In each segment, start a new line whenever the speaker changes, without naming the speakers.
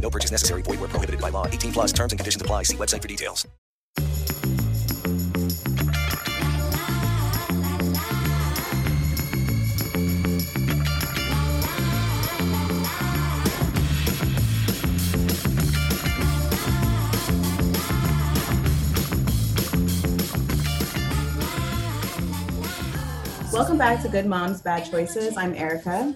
No purchase necessary. Void where prohibited by law. 18 plus terms and conditions apply. See website for details.
Welcome back to Good Moms Bad Choices. I'm Erica.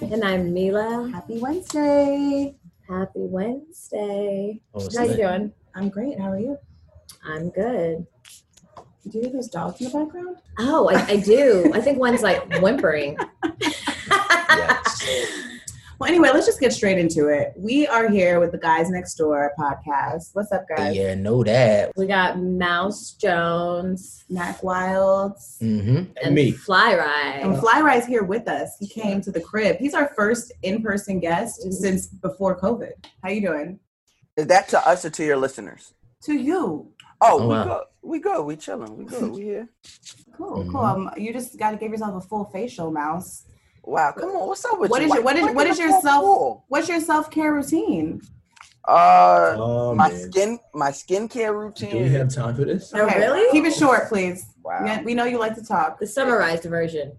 And I'm Mila.
Happy Wednesday.
Happy Wednesday.
Oh, it's
How you
late.
doing?
I'm great. How are you?
I'm good.
Do you hear those dogs in the background?
Oh, I, I do. I think one's like whimpering.
Well, anyway, let's just get straight into it. We are here with the Guys Next Door podcast. What's up, guys?
Yeah, know that.
We got Mouse Jones
Mac Wilds.
hmm
and Fly
And
Rye.
Fly Rye's here with us. He came to the crib. He's our first in-person guest since before COVID. How you doing?
Is that to us or to your listeners?
To you.
Oh,
Oh,
we
wow.
go, we go, we chilling, we good, we here.
Cool, cool. Um, you just got to give yourself a full facial, Mouse.
Wow, come on, what's up with
What
you?
is your
Why
what
you
is what
working
is your
the full
self
pool?
what's your self care routine?
Uh,
Oh,
my
man.
skin, my skincare routine.
Do we have time for this?
Oh, really?
Keep it short, please.
Wow.
Yeah, we know you like to talk.
The summarized version.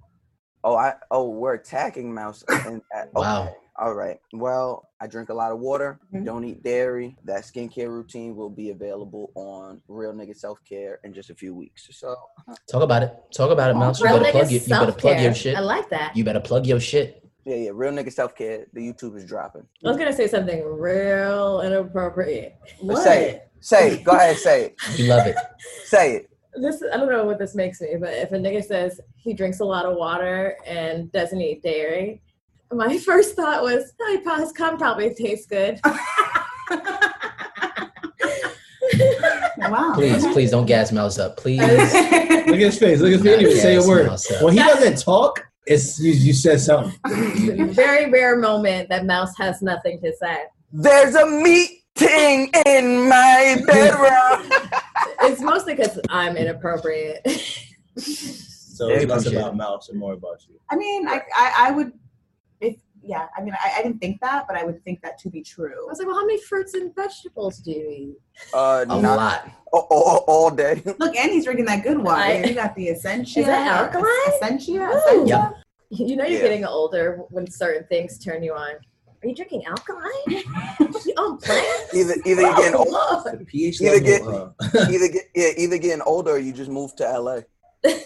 Oh, I oh, we're attacking mouse. And, uh,
Oh.
Wow.
okay, All right. Well, I drink a lot of water.
Mhm.
Don't eat dairy. That skincare routine will be available on Real Nigga Self Care in just a few weeks. So
Talk about it. Talk
Oh
about it, Mouse. You
Real
better plug
niggas
your, you better plug your
self-care.
shit.
I like that.
You better plug your shit.
yeah, yeah, Real Nigga Self Care. The YouTube is dropping.
I was gonna say something real inappropriate.
But say it. Say it. Go ahead. Say it.
We love it.
Say it.
This I don't know what this makes me, but if a nigga says he drinks a lot of water and doesn't eat dairy, my first thought was, "Oh, he probably- his cum probably tastes good."
Wow.
Please, please don't gas Mouse up. Please.
Look at his face. Look at his face. He didn't even say a
Yes,
word.
Mouse up.
When he doesn't talk, it's you, you said something.
It's a very rare moment that Mouse has nothing to say.
There's a meeting in my bedroom.
It's mostly because I'm inappropriate.
So
Yeah,
it's less
appreciate
about Mouse and more about you.
I mean, I, I, I would, if, yeah, I mean, I, I didn't think that, but I would think that to be
I
true.
was like, well, how many fruits and vegetables do you eat?
Uh,
A
not-
lot.
all, all, all day.
Look, and he's drinking that good water.
I-
you got the Essentia.
Is that alkaline?
Essentia?
Ooh.
Essentia?
Yep.
You know, you're
Yeah.
getting older when certain things turn you on. Are you drinking alkaline? you own plants?
Either either you're getting old,
Oh, Lord.
The pH
Either
level.
get-
uh,
either get yeah, either getting older or you just move to LA.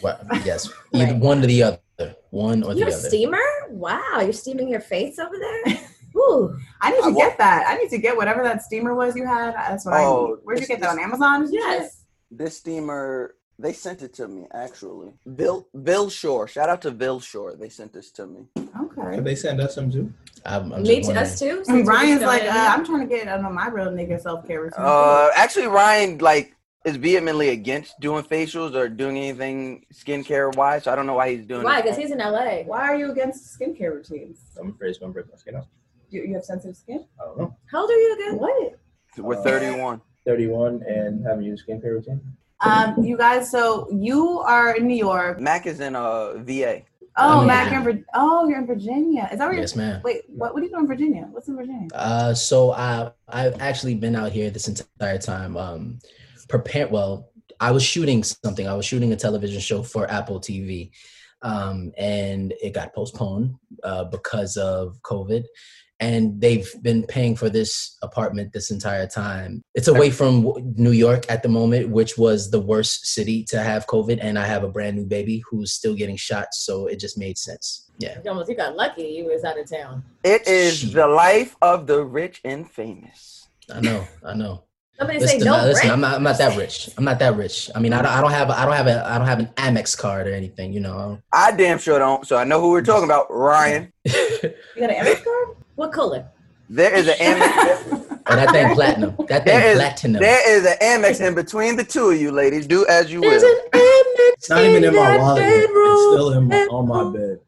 Well, yes. Either
Right.
one or the other. One or
You're
the
a
other.
steamer? Wow, you're steaming your face over there? Ooh,
I need
I
to
wa-
get that. I need to get whatever that steamer was you had. That's what I
Oh,
need. Where'd you
this-
get that on Amazon?
yes.
This steamer they sent it to me actually. Bill Bill Shore. Shout out to Bill Shore. They sent this to me.
Okay.
Can they send us some too?
I'm, I'm
Me
just
too,
wondering.
us too?
And
since we're
Ryan's
still
like,
in.
uh, I'm trying to get on my real nigga self care routine.
Uh, actually, Ryan like is vehemently against doing facials or doing anything skincare wise. So I don't know why he's doing.
Why?
this.
Because he's in LA.
Why are you against skincare routines?
I'm afraid it's gonna break my skin off.
Do you have sensitive skin?
I don't know.
How old are you again?
What?
we're 31.
31 and haven't used skincare routine.
Um, you guys, so you are in New York.
Mac is in uh, VA.
Oh,
I'm
Mac,
in
you're in Vir- oh, you're in Virginia. Is that where
Yes, ma'am.
you're? Wait, what? What do you do in Virginia? What's in Virginia?
Uh, so I I've actually been out here this entire time. Um, prepare. Well, I was shooting something. I was shooting a television show for Apple TV, um, and it got postponed uh, because of COVID. And they've been paying for this apartment this entire time. It's away from w- New York at the moment, which was the worst city to have COVID. And I have a brand new baby who's still getting shot, so it just made sense. Yeah.
You almost you got lucky. You was out of town.
It is
Shit.
the life of the rich and famous.
I know, I know.
Somebody say
Listen,
no.
uh, listen,
rent.
I'm not, I'm not that rich. I'm not that rich. I mean, I don't, I don't have, I don't have a, I don't have an Amex card or anything, you know.
I damn sure don't. So I know who we're talking about. Ryan.
You got an Amex card?
What color?
There is an Amex.
But that thing platinum. That thing
there is
platinum.
there is an Amex in between the two of you ladies. Do as you will.
It's not even in my wallet. yet. It's still in my, on my bed.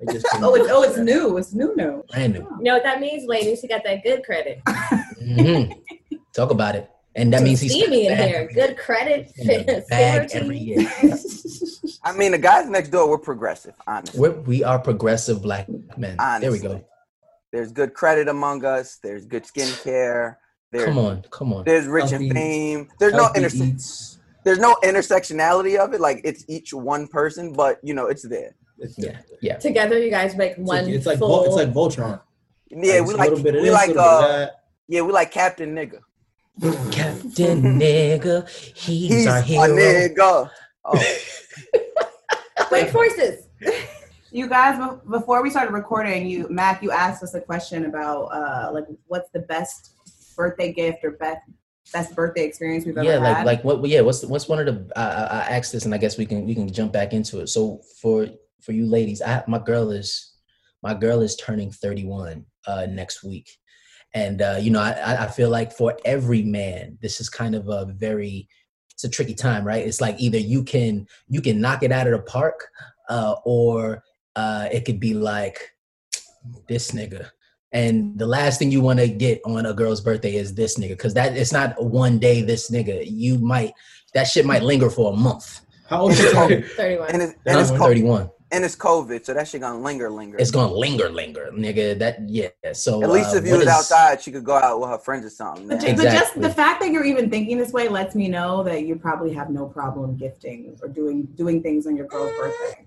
It just
Oh, it's oh, it's new. It's new, new.
Brand new.
You know what that means, ladies? He got that good credit.
Mhm. Talk about it. And that means he's
see me in
back
here. Good credit.
in the bag every year.
I mean, the guys next door were progressive, honestly.
We're, we are progressive black men. There we go.
There's good credit among us. There's good skincare. There's,
Come on, come on.
there's rich
Healthy-
and fame. There's no
healthy
interse-
eats.
there's no intersectionality of it. Like it's each one person, but you know it's there.
It's,
Yeah, yeah.
Together, you guys make
it's
one
like, it's like
full.
Vol- it's like Voltron.
Yeah,
it's
we
a
like
little bit of
we
this,
like
little bit of
uh
that.
yeah we like Captain Nigga.
Captain Nigga, he's,
He's
our
a
hero.
nigga. Oh,
Wait, forces.
You guys, be- before we started recording, you Mac, you asked us a question about uh, like what's the best birthday gift or best best birthday experience we've ever
yeah like
had.
like what yeah what's what's one of the uh, I, I I asked this and i guess we can we can jump back into it so for for you ladies i my girl is my girl is turning 31 uh next week and uh you know i I- i feel like for every man this is kind of a very it's a tricky time right it's like either you can you can knock it out of the park uh or uh it could be like this nigga and the last thing you want to get on a girl's birthday is this nigga, because that it's not one day this nigga. You might that shit might linger for a month.
How old is it?
31.
and it's and
And
it's,
I'm
co-
31.
and it's COVID, so that shit gonna linger, linger.
It's gonna linger, linger, nigga. That yeah. So
At least
uh,
if you
what
was
is-
outside, she could go out with her friends or something.
but,
man.
ju- but just
Exactly.
the fact that you're even thinking this way lets me know that you probably have no problem gifting or doing doing things on your girl's birthday.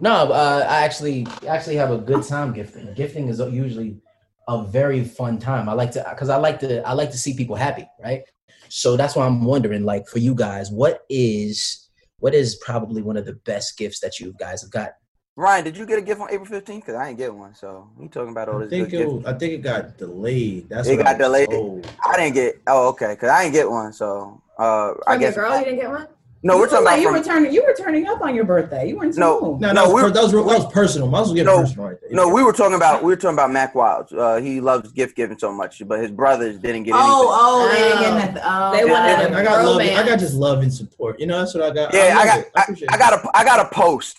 No, uh, I actually actually have a good time gifting. Gifting is usually a very fun time. I like to because I like to I like to see people happy, right? So that's why I'm wondering, like, for you guys, what is what is probably one of the best gifts that you guys have got?
Ryan, did you get a gift on April 15th? Cause I ain't get one, so you talking about all
I
this
think
good
it,
gift.
was- I think it got delayed. That's
It
what
got
I was
delayed.
told.
I didn't get. Oh, okay, cause I ain't get one, so uh, I
From your
guess.
girl, you didn't get one?
No, we're
You look
talking
like
about
you were
from.
turning you were turning up on your birthday. You weren't
No.
home.
No,
No,
no,
we-
that was, that was personal. Mine was getting
No,
personal right there.
No, we were talking about we were talking about Mac Wilds. Uh, he loves gift giving so much, but his brothers didn't get anything.
Oh, oh, they didn't
Oh.
get nothing. Oh,
They
God.
wanted
And I got love. I got
Romance.
just love and support. You know, that's what I got.
Yeah, I
love
got-
it. I, appreciate
I
it.
got a I got a post.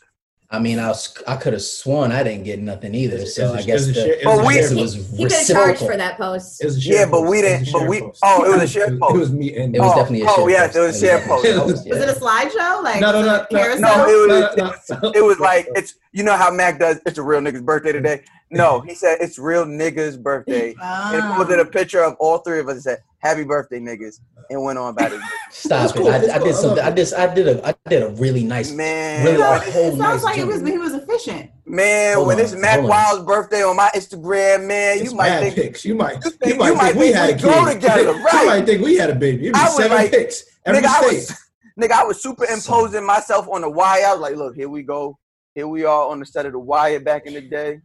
I mean, I was, I could have sworn I didn't get nothing either.
It's- it's
So
a-
I guess
it's a
the-
share- it's
But
a
we-
share
it
post.
was
You could have charged
reciprocal.
for that post.
It was a
Yeah,
share
but
post.
we
It was a
didn't- but
share
we-
post.
oh, it was a share
It
post.
was me and
It was
Oh,
definitely a
oh,
share
yeah,
post.
it was a
That
share post.
definitely
Was
yeah.
Was it a slideshow? Like
No, no,
was
no,
it a
no,
carousel?
No, it was
no.
it was like it's you know how Mac does. It's a real nigga's birthday today. No, he said it's real nigga's birthday.
Ah.
And posted a picture of all three of us and said, "Happy birthday, niggas," and went on about it.
Stop
It's cool,
it!
it's
I, I
cool, I
did something. I
love
just I did a I did a really nice,
Man,
really a
Sounds-
whole
it
nice
sounds like it was,
job.
he was efficient.
man.
Hold
when
on,
it's Mac
hold on.
Wild's birthday on my Instagram, man,
It's
you might
mad
think
pics. You might,
you
you,
think-
might
you might
think we
think
had a
we
kid.
go together, right.
You might think we had a baby. It
I
was
was
seven
like,
pics every
nigga, I
state.
was, nigga, I was superimposing myself on the wire. I was like, look, here we go. Here we are on the set of the wire back in the day.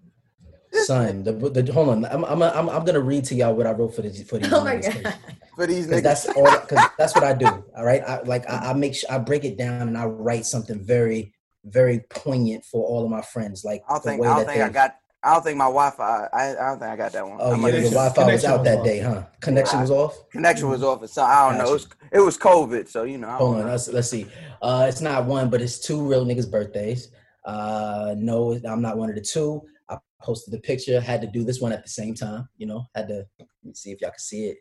son. The, the hold on. I'm I'm I'm, I'm gonna read to y'all what I wrote for the for the.
Oh my God.
For these
Because
niggas.
that's all. Because that's what I do. All right. I like I, I make sure I break it down and I write something very very poignant for all of my friends. Like
I don't
the
think
way
I don't
that
think I
they-
got I don't think my Wi-Fi. I, I don't think I got that one.
Oh
I'm
yeah,
like,
your
Connection-
Wi-Fi was
connection
out
was
that
off.
day, huh? Connection was off.
connection was off. So I don't know. It was, it was COVID. So you know. I
Hold
don't
on,
know.
let's let's see. Uh, it's not one, but it's two real niggas' birthdays. Uh, no, I'm not one of the two. I posted the picture. Had to do this one at the same time. You know, had to let me see if y'all can see it.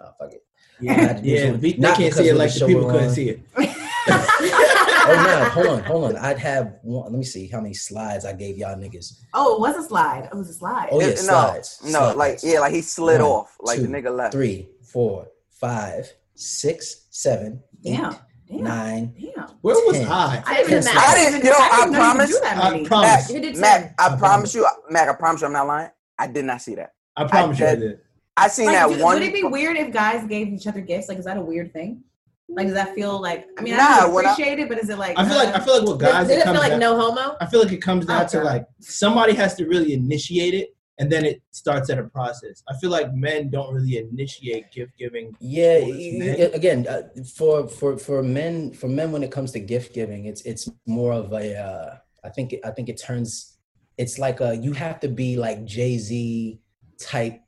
Oh, fuck it. I had to do this
Yeah,
one.
we, they
Not
can't
because
see it
of
like
show
the people
we're
couldn't
on.
see it.
Oh no, hold on, hold on. I'd have one. Let me see how many slides I gave y'all niggas.
Oh, it was a slide. It was a slide.
Oh yeah,
It- no,
slides.
no,
slides.
like yeah, like he slid
One,
off, like the
two,
nigga left.
three, four, five, six, seven, eight,
Damn. Damn.
nine.
Damn.
Where was
Ten.
I?
I didn't even
Ten
I
math.
didn't. You know,
I didn't know
I,
you could
promise,
do that
I
many.
promise.
You did ten.
Mac. I
I
promise you, Mac. I promise you, I'm not lying. I did not see that.
I promise you I
did.
did.
I seen
Like,
that
do-
one.
Would it be weird if guys gave each other gifts? Like, is that a weird thing? Like, does that feel like? I mean, I
Nah,
don't
what I-
appreciate it, but is it like?
I feel like I feel like what guys
Did
it
it feel
comes
like
down-
no homo?
I feel like it comes down
Oh,
to
God.
like somebody has to really initiate it, and then it starts at a process. I feel like men don't really initiate gift giving.
Yeah,
Well, it's
you-
men.
you- again, uh, for for for men, for men, when it comes to gift giving, it's it's more of a. Uh, I think it- I think it turns. It's like a you have to be like Jay Z type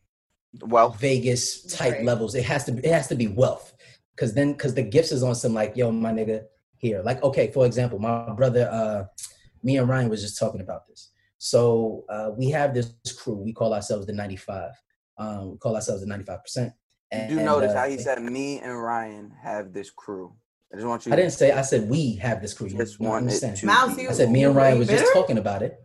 well,
Vegas type
Right.
levels. It has to be, it has to be wealth, because then because the gifts is on some like yo my nigga here. Like okay, for example, my brother, uh, me and Ryan was just talking about this. So uh, we have this crew. We call ourselves the ninety five. Um, we call ourselves the ninety five percent.
you do notice
uh,
how he said me and Ryan have this crew. I just want you.
I didn't say. I said we have this crew. You
Just
you
wanted
understand?
to-
Mouse, you.
I said me and Ryan was just
bitter?
talking about it.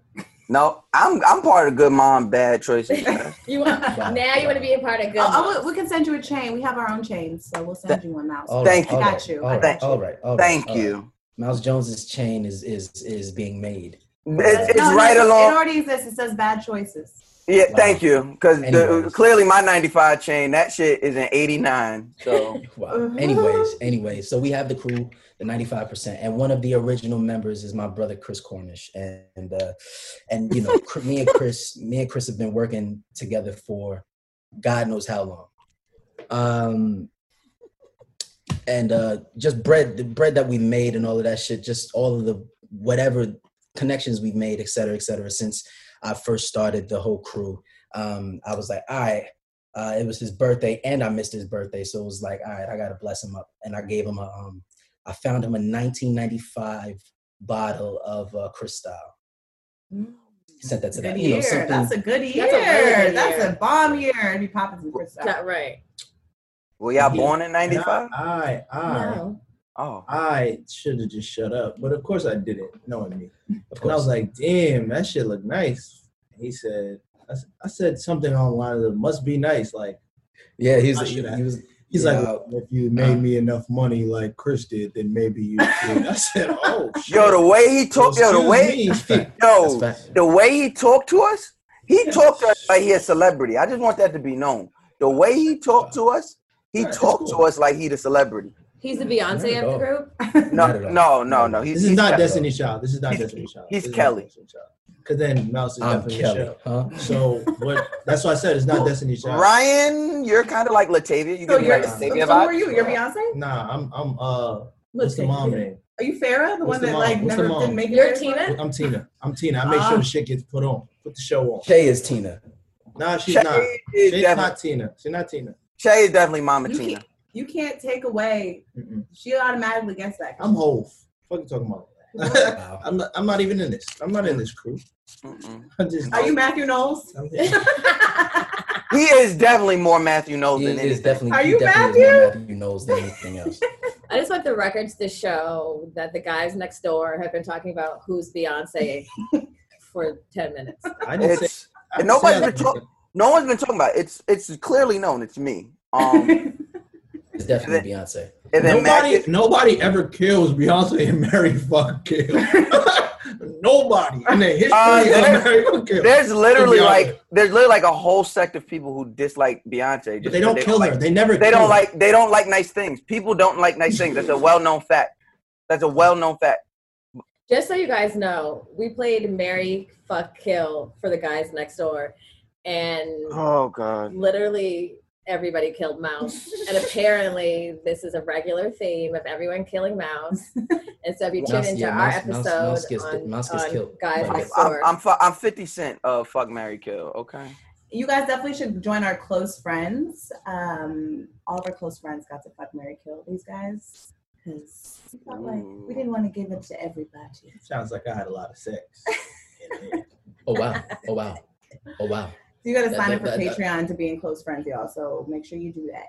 No, I'm I'm part of good mom bad choices. man.
You want now? You want to be a part of good?
Oh, oh, we, we can send you a chain. We have our own chains, so we'll send you one, Mouse.
All
Thank
all
I got you.
All
I
right.
got you.
all right. all right,
Thank
all right.
you.
Mouse Jones's chain is is is being made.
It's, it's
No, no,
right
it- It
along.
already exists. It says bad choices.
Yeah,
Wow.
thank you. Because
Anyways.
clearly my 95 chain, that shit is an 89. So
Wow. Anyways, anyways, so we have the crew, the 95%, and one of the original members is my brother Chris Cornish, and and, uh, and you know, Chr- me and Chris, me and Chris have been working together for God knows how long. Um, and uh, just bread, the bread that we made, and all of that shit, just all of the whatever connections we've made, et cetera, et cetera, since I first started the whole crew. Um, I was like, all right, uh, it was his birthday and I missed his birthday. So it was like, all right, I got to bless him up. And I gave him a, um, I found him a 1995 bottle of uh, Cristal. Sent that to
Good
that, you know,
year.
something.
That's a good year.
That's a very good
That's
year.
a bomb year. If you pop it some Cristal.
Not right.
were
Yeah.
y'all born in
And
95?
I I I,
No.
Oh,
I should have just shut up, but of course I didn't, knowing me.
Of
And I was
course.
like, "Damn, that shit look nice." He said, I, s- I said something online that must be nice." Like
Yeah, he
I
was, he
should've-
was,
he's like,
Yeah.
"Well, "If you made me enough money like Chris did, then maybe you." Did. I said, "Oh shit."
yo, the way he talked, yo, the
Excuse
way,
me.
that's
yo,
fact.
the way he talked to us, he talked to us like he a celebrity. I just want that to be known. The way he talked to us, he
Alright,
talked
that's
to
cool.
us like he the celebrity.
He's the
Not at
Beyonce of
all.
the group.
No,
Not at all.
no, no, no. He's,
This is
he's
not
Kelly.
Destiny Child. This is not
He's-
Destiny Child.
he's
This is not
Kelly.
Destiny Child. Cause then Mouse is
I'm
definitely
Kelly,
Michelle.
huh?
So what? That's why I said it's not Destiny Child.
Ryan, you're kind of like Latavia. You
So
give me
you're,
like
Yeah.
so, so
Latavia
who are
vibes.
you? You're Beyonce?
Nah, I'm I'm uh. What's
Let's
the
take
mom
it.
name?
Are you Farrah? The
What's
one
the
that
mom?
like
What's
never
the mom?
didn't make it.
You're
there?
Tina.
I'm Tina. I'm Tina. I make
Uh-huh.
sure
Ah.
the shit gets put on. Put the show on.
Shay is Tina.
Nah, she's
Shay
not.
is
She's
definitely-
not Tina. She's not Tina.
Shay is definitely Mama
You
Tina.
can't, you can't take away.
Mm-mm.
She automatically gets that.
Oh.
I'm whole. Fuck you talking about.
Wow.
I'm not, I'm not even in this. I'm not in this crew.
Mm-mm.
I'm just.
Are you Matthew Knowles?
I'm here.
He is definitely more Matthew Knowles
He
than
is
anything.
definitely,
Are
he
you
definitely is more Matthew knows than anything else.
I just want the records to show that the guys next door have been talking about who's Beyonce for 10 minutes.
I didn't say.
It's
I didn't
nobody's
say I
been
was-
talking- no one's been talking about it. It's it's clearly known. It's me. Um, and
It's definitely Beyonce.
then Mac
Nobody,
is,
nobody ever kills Beyonce and Mary fuck kill. nobody in the history
Uh, there-
of Mary fuck kill.
there's literally
Beyonce.
like there's literally like a whole sect of people who dislike
But
Beyonce. just
they
'cause
don't kill her.
like-
they never.
they
kill
don't
her.
like they don't like nice things. People don't like nice things. That's a well known fact. That's a well known fact.
Just so you guys know, we played Mary Fuck Kill for the guys next door, and
Oh god.
literally everybody killed Mouse. and apparently, this is a regular theme of everyone killing Mouse. And so, if you tune
Mouse-
into
yeah,
our
Mouse- Mouse-
episode
Mouse gets-
on,
Mouse gets
on
killed.
guys
Right.
I'm,
next
I'm,
door,
I'm, fu- I'm 50 Cent of Fuck Mary Kill. Okay.
You guys definitely should join our close friends. Um, all of our close friends got to fuck Mary Kill these guys because we felt like we didn't want to give it to everybody.
Sounds like I had a lot of sex.
Oh, wow. Oh, wow. Oh, wow.
So you got to
That-
sign up for
that- that-
Patreon to be in close friends, y'all. So make sure you do that.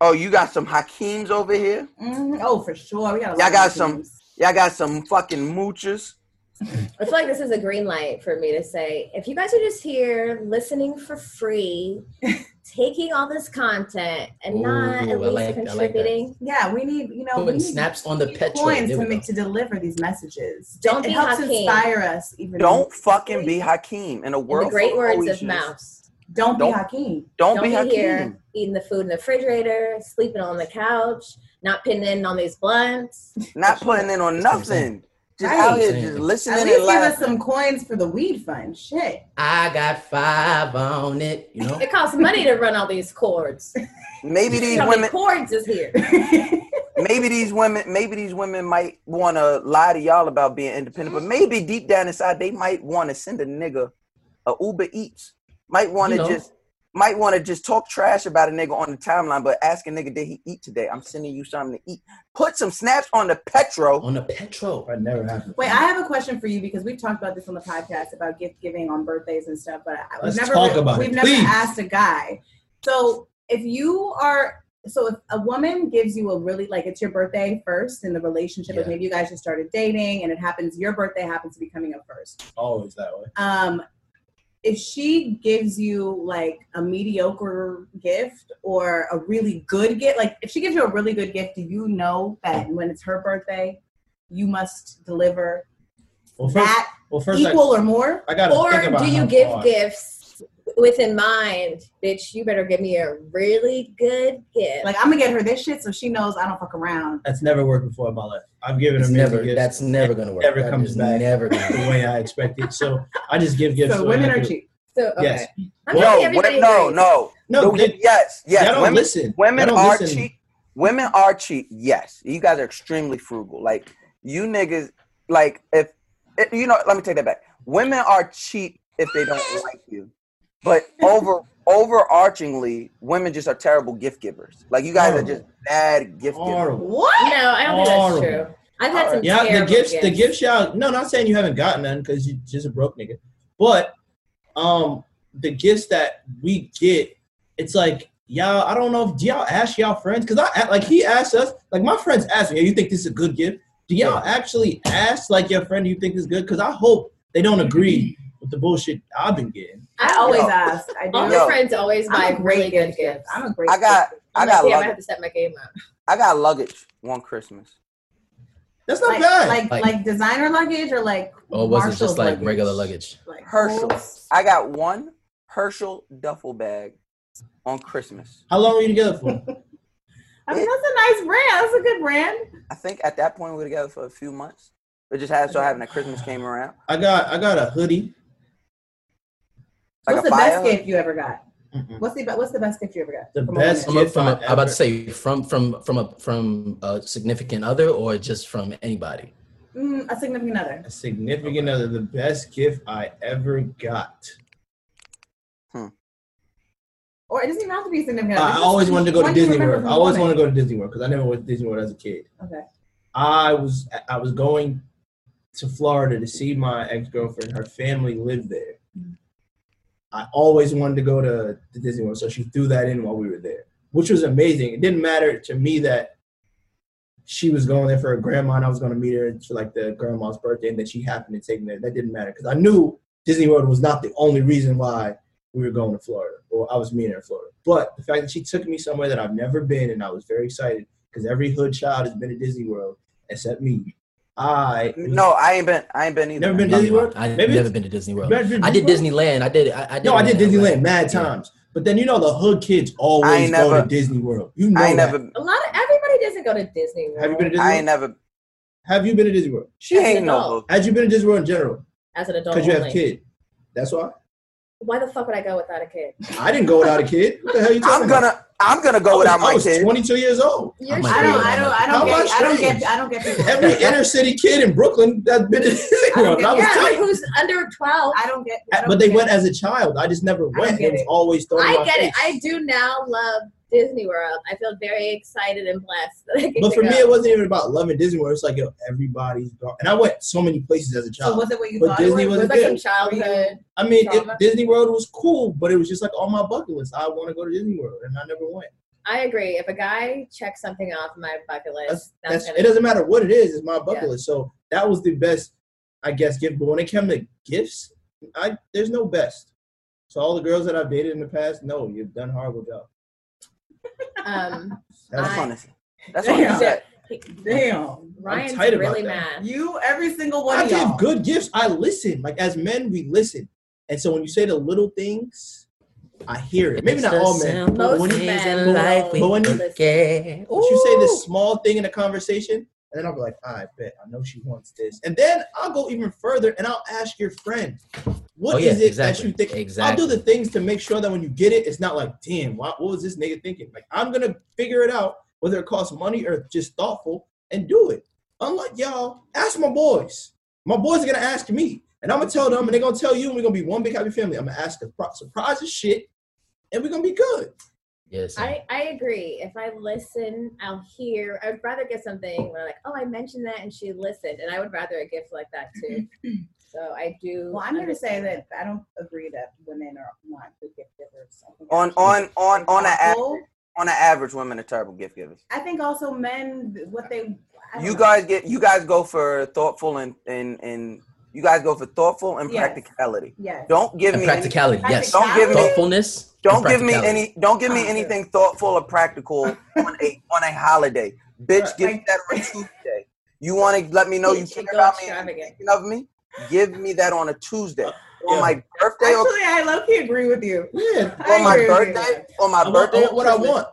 Oh, you got some Hakeems over here.
Mhm. Oh, for sure. We got. A
Y'all
lot
got
of
some-
teams.
Y'all got some fucking moochers.
I feel like this is a green light for me to say if you guys are just here listening for free, taking all this content and not
Ooh, I
at least
like- I like that.
contributing,
Yeah, we need. You know, we
Putting
need
snaps on the pet tray.
coins to
There we go.
make to deliver these messages.
Don't
it,
be
it helps
Hakeem.
inspire us. Even
Don't fucking be Hakeem in a
in
world.
the great
full
words of
oysters.
Mouse.
Don't,
Don't-
be Hakeem.
Don't,
Don't
be,
be
Hakeem.
here eating the food in the refrigerator, sleeping on the couch, not pinning in on these blunts.
Not putting in on
That's what I'm saying.
nothing. Just
Right.
out here, just listening
At least
and
give us
laughing.
some coins for the weed fund. Shit.
I got five on it. You know,
It costs money to run all these cords.
Maybe these
How many
women,
cords is here?
maybe these women, maybe these women might want to lie to y'all about being independent, but maybe deep down inside they might want to send a nigga a Uber Eats. Might want to
You know.
just. Might want to just talk trash about a nigga on the timeline, but ask a nigga, did he eat today? I'm sending you something to eat. Put some snaps on the Petro.
on the petrol.
That never happened.
Wait, I have a question for you because we've talked about this on the podcast about gift giving on birthdays and stuff, but I-
Let's
we've never
talk about
we've
it,
never
please.
asked a guy. So if you are so if a woman gives you a really like it's your birthday first in the relationship, like
Yeah.
maybe you guys just started dating and it happens your birthday happens to be coming up first.
Always that way.
Um if she gives you like a mediocre gift or a really good gift, like if she gives you a really good gift, do you know that when it's her birthday, you must deliver
Well, first,
that
well, first
equal or more.
I, I gotta think
or
about
do you
how
give
far.
gifts with in mind, bitch? You better give me a really good gift.
Like I'm gonna get her this shit so she knows I don't fuck around.
That's never worked before in my life. I've given
It's
amazing
never.
gifts
That's never gonna work.
Never
That
comes
is
back.
Never gonna
the
work.
way I expected. So I just give gifts.
so
the way
women
I
are
do.
cheap.
so, okay.
Yes.
I'm
No,
telling everybody
what, no,
agrees.
no.
No,
No,
they,
y- yes,
y'all
yes.
don't
Women,
listen.
women
Y'all don't
are
listen.
cheap. Women are cheap. Yes, you guys are extremely frugal. Like you niggas, like if it, you know. Let me take that back. Women are cheap if they don't like you, but over overarchingly, women just are terrible gift givers. Like you guys are just bad gift givers.
Horrible.
What?
No, I don't
Horrible.
think that's true. I've had some
Yeah, the
terrible
gifts,
gifts.
the gifts y'all. No, not saying you haven't gotten none because you just a broke nigga. But um, the gifts that we get, it's like y'all. I don't know if do y'all ask y'all friends because I like he asked us. Like my friends asked me, "Hey, you think this is a good gift?" Do y'all actually ask like your friend, "Do you think this is good?" Because I hope they don't agree with the bullshit I've been getting.
I
I
always
Yo.
ask. I do.
all
Yo.
my friends always buy
I'm a great
really good
gift.
gifts.
I'm a great.
I got,
gift.
I
I'm
got,
like, damn, I
luggage,
have to step my game up.
I got luggage one Christmas.
That's not
Like,
bad.
like, like
Like-
designer luggage or like.
Or Oh, was it
Marshall's
just like regular luggage?
Like
Herschel.
Kohl's?
I got one Herschel duffel bag on Christmas.
How long were you together for?
I mean, that's a nice brand. That's a good brand.
I think at that point we were together for a few months. It just had so happened that Christmas came around.
I got I got a hoodie.
Like
what's
a
the
fire.
best gift you ever got?
Mm-mm.
What's the be- What's the best gift you ever got?
The
from a
best
woman?
From a, from a,
If I
I'm about
ever-
to say from from from a from a significant other or just from anybody.
Mm, a significant other.
A significant other, the best gift I ever got.
Or it doesn't even have to be a significant other.
I
Just
always wanted to go to
one you
Disney
remember
World.
from
I
a
always
woman.
wanted to go to Disney World because I never went to Disney World as a kid.
Okay.
I was I was going to Florida to see my ex girlfriend. Her family lived there. I always wanted to go to, to Disney World, so she threw that in while we were there, which was amazing. It didn't matter to me that she was going there for her grandma and I was going to meet her for like the grandma's birthday, and that she happened to take me there. That didn't matter because I knew Disney World was not the only reason why we were going to Florida or I was meeting her in Florida. But the fact that she took me somewhere that I've never been and I was very excited because every hood child has been to Disney World except me. I
No, I ain't been. I ain't been either.
Never been to
Not
Disney
gonna
World?
lie. I've
Maybe
never
it's-
been to Disney World.
Never been to
I did
Disney
Disney Land. I did. I, I did
No, I
one
did
in LA.
Disneyland mad
Yeah.
times. But then you know the hood kids
I
always
ain't
go
never-
to Disney World. You know
I ain't
that.
never.
A lot of everybody doesn't go to Disney World.
Have you been to Disney?
I
World?
ain't never.
Have you been to Disney World?
She
As an
ain't no.
adult.
hoe.
Had you been to Disney World in general?
as an adult?
Because you have
only.
kid. That's why.
Why the fuck would I go without a kid?
I didn't go without a kid. What the hell you talking
I'm
about?
gonna. I'm gonna
I
go
was-
without
I
my
was
kid.
22 years old.
You're
might
I
straight.
don't. I don't. I
How
don't get.
much
I don't
strange?
get. I don't get. people-
Every inner city kid in Brooklyn that's been to Disney
I don't
World.
get
I was
yeah, but
tight.
who's under 12?
I don't get. I don't
But they
get-
went as a child. I just never went.
get
It was
it.
always thrown in
I
my
get
face.
it. I do now love Disney World. I feel very excited and blessed. That I get
But
to
for
go.
me, it wasn't even about loving Disney World. It's like, yo, everybody's gone. And I went so many places as a
So
child.
was it what you
But
thought?
Disney
it
it
was
was
was
wasn't
like
good.
some childhood.
I mean, it,
Trauma.
Disney World was cool, but it was just like on my bucket list. I want to go to Disney World, and I never went.
I agree. If a guy checks something off my bucket list,
That's,
that's,
that's,
gonna
it doesn't matter what it is. It's my bucket
Yeah.
list. So that was the best, I guess, gift. But when it came to gifts, I there's no best. So all the girls that I've dated in the past, no, you've done horrible job.
Um,
That's
That's
I-
honest. That's what I
Damn.
said.
Damn.
Ryan's
tight about
really
that.
mad.
You, every single one
I
of
give
y'all.
good gifts. I listen. Like as men, we listen. And so when you say the little things, I hear it. Maybe
It's
not
the
all men.
simple
but when
Most
you,
men
things in life we
but when you-
listen.
forget.
but you say
Ooh.
this small thing in a conversation, and then I'll be like, I bet I know she wants this. And then I'll go even further and I'll ask your friend, what
Oh,
is
yeah,
it
exactly,
that you think? I'll
exactly.
do the things to make sure that when you get it, it's not like, damn, why, what was this nigga thinking? Like I'm gonna figure it out, whether it costs money or just thoughtful, and do it. Unlike y'all, ask my boys. My boys are gonna ask me, and I'm gonna tell them, and they're gonna tell you, and we're gonna be one big happy family. I'm gonna ask the pro- surprise as shit, and we're gonna be good.
Yes.
I, I agree. If I listen, I'll hear. I'd rather get something where like, oh, I mentioned that and she listened, and I would rather a gift like that too. so I do.
Well, I'm going to say
understand.
that I don't agree that women are not good gift givers. I think
On
actually
on on
they're
on an
thoughtful.
average, on an average, women are terrible gift givers.
I think also men, what they. I don't
You
know.
guys get you guys go for thoughtful and and and you guys go for thoughtful and
Yes.
practicality.
Yes.
Don't give
And
me any,
practicality.
Practicality.
Yes.
Don't give me-
Thoughtfulness. and
don't give me
practicality.
any don't give me
Oh,
anything thoughtful or practical on a on a holiday. Bitch,
Right.
give me
Like-
that on a Tuesday. You want to let me know
You
you
should
care
go
about me and
extravagant.
thinking of me? Give me that on a Tuesday.
Yeah.
On my birthday or
Actually, I low key agree with you.
Yeah,
I
on my
agree with you.
birthday, on
I
my
want
birthday,
what I want.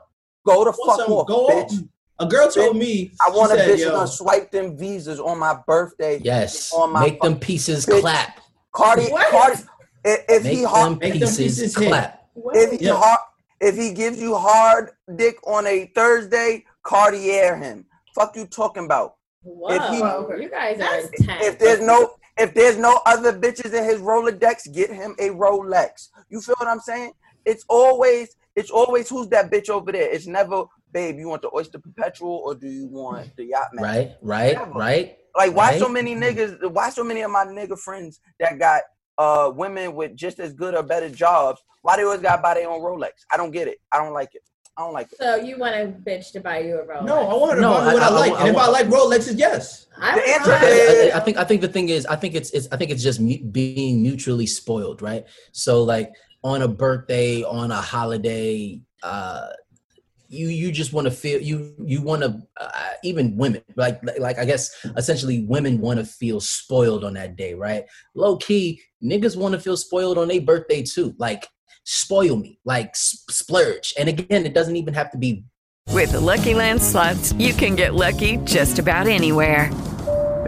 Go to
want
fuck
something,
off,
go
bitch.
off. A girl told me.
I want
she
a
said,
bitch
Yo,
who's gonna swipe them visas on my birthday.
Yes.
On my
Make them pieces
bitch.
clap.
Cardi,
What?
Cardi, i- if
Make
he hard,
them
Make them
pieces
pieces hit.
clap.
What
if he
Yeah.
hard, if he gives you hard dick on a Thursday, Cardi air him. Fuck you talking about.
Whoa,
if
you guys are
That's-
intense.
If there's no, if there's no other bitches in his Rolodex, get him a Rolex. You feel what I'm saying? It's always, it's always who's that bitch over there. It's never, babe. You want the Oyster Perpetual or do you want the Yacht Man?
Right. Right.
Never.
Right.
Like why
Right. Mm-hmm.
so many niggas? Why so many of my nigga friends that got uh women with just as good or better jobs? Why they always gotta buy their own Rolex? I don't get it. I don't like it. I don't like it.
so you want a bitch to buy you a Rolex?
No, I want her to
No,
buy me
I-
what I,
I- I
like.
want-
and if
I
I like Rolexes, yes.
I
The
would
answer
buy-
is-
I, I- I think I think the thing is I think it's, it's I think it's just mu- being mutually spoiled, right? So like on a birthday, on a holiday, uh, you you just want to feel you you want to uh, even women like like- like I guess essentially women want to feel spoiled on that day, right? Low key niggas want to feel spoiled on their birthday too, like spoil me, like s- splurge. And again, it doesn't even have to be
With the Lucky Land slots, you can get lucky just about anywhere.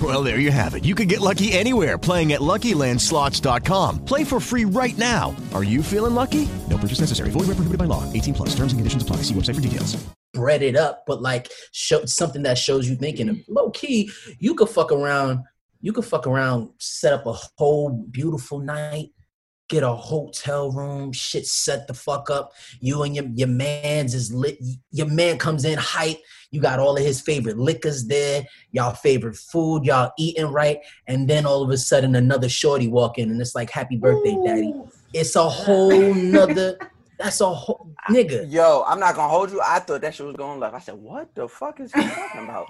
Well, there you have it. You can get lucky anywhere playing at LuckyLandSlots.com. Play for free right now. Are you feeling lucky? No purchase necessary. Void where prohibited by law. 18 plus. Terms and conditions apply. See website for details.
bred it up, but like show something that shows you thinking. Low key, you could fuck around. You could fuck around, set up a whole beautiful night, get a hotel room, shit set the fuck up. You and your your man's is lit. Your man comes in hype. You got all of his favorite liquors there, y'all favorite food, y'all eating right, and then all of a sudden another shorty walk in and it's like, "Happy birthday, daddy." It's a whole nother. That's a whole nigga.
Yo, I'm not gonna hold you. I thought that shit was going left. I said, what the fuck is he talking about?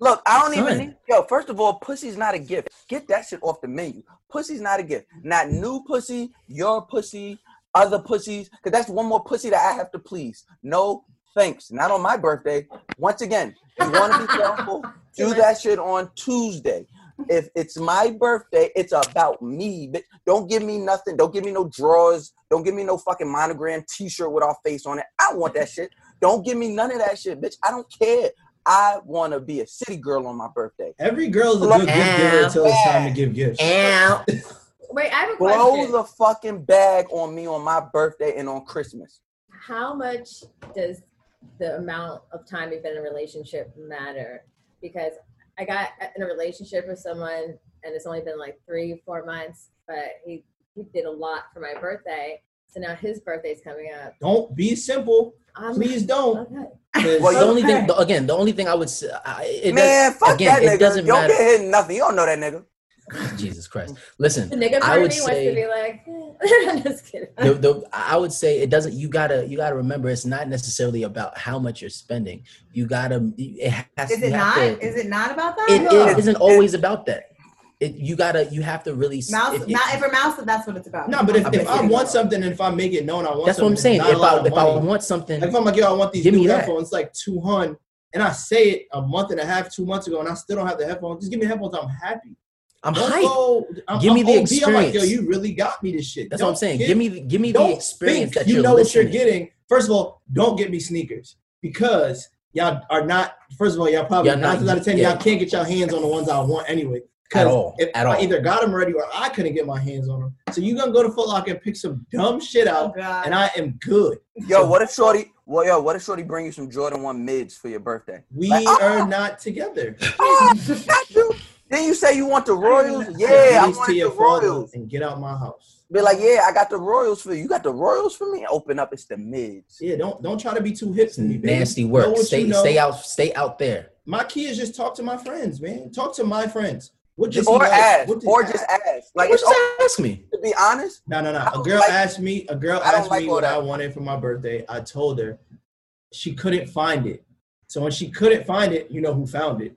Look, I don't even
Son.
need. Yo, first of all, pussy's not a gift. Get that shit off the menu. Pussy's not a gift. Not new pussy, your pussy, other pussies, because that's one more pussy that I have to please. No thanks. Not on my birthday. Once again, you want to be careful. Do that shit on Tuesday. If it's my birthday, it's about me. But don't give me nothing. Don't give me no drawers. Don't give me no fucking monogram T-shirt with our face on it. I don't want that shit. Don't give me none of that shit, bitch. I don't care. I want to be a city girl on my birthday.
Every girl's a good gift giver until it's time to give gifts.
eh,
Wait, I have a
Blow
question.
the fucking bag on me on my birthday and on Christmas.
How much does the amount of time you've been in a relationship matter? Because I got in a relationship with someone and it's only been like three, four months, but he, he did a lot for my birthday. So now his birthday's coming up.
Don't be simple.
I'm-
Please don't.
Well, the only thing, the- again, the only thing I would say, I, it
Man,
does,
fuck
again,
that
it
nigga.
doesn't
you don't
matter.
get hit nothing. You don't know that nigga.
Jesus Christ. Listen,
The nigga
I
part of
would
me wants to
say,
be like, eh. I'm just kidding.
the, the, I would say it doesn't. You gotta, you gotta remember, it's not necessarily about how much you're spending. You gotta, it has.
Is
you
it
have
not?
to-
Is it not about that?
it, it isn't always about that. It, you gotta, you have to really. s-
Mouse,
it- it-
not every mouse. That's what it's about.
No, but if,
I
if
bet
I
you-
want something and if I make it known I want
That's what I'm
something,
saying.
it's not
If
a
I
lot of
if I
money.
want something,
Like, if I'm like, yo, I want these
Give me
new
that.
headphones, like two hun, and I say it a month and a half, two months ago, and I still don't have the headphones. Just give me headphones. I'm happy.
I'm
Don't
hyped.
go- I'm,
Give me
I'm
the
OD, I'm like, yo,
experience.
you really got me this shit.
That's what I'm
Don't
saying.
get-
Give me, the- give me the
don't
experience
think
that
you
you're
know
listening.
what you're getting. First of all, don't get me sneakers because y'all are not. First of all, y'all probably
Y'all not-
nine times out of ten
yeah.
y'all can't get y'all hands on the ones I want anyway.
At
'Cause
all.
if
At
I
all.
either got them already or I couldn't get my hands on them. So you gonna go to Foot Locker and pick some dumb shit out,
Oh, God.
and I am good.
Yo, what if Shorty? Well, yo, what if Shorty bring you some Jordan One mids for your birthday?
We
Like, ah,
are not together.
ah, got you. Then you say you want the Royals?
Give
Yeah, I
these
want
to
the
your father
Royals.
and get out my house.
Be like, yeah, I got the Royals for you. You got the Royals for me? Open up, it's the mids.
Yeah, don't don't try to be too hip to me. Baby.
Nasty
Know
work.
what you
Stay,
know.
stay out, stay out there.
My key is just talk to my friends, man. Talk to my friends. What does he
Or
like?
ask,
What does-
or just ask. Like,
What
oh it's
you say? ask me?
to be honest,
No, no, no.
I
A
don't
girl
like-
asked me. A girl
I don't
asked
like
me
all
what
that.
I wanted for my birthday. I told her. She couldn't find it. So when she couldn't find it, you know who found it?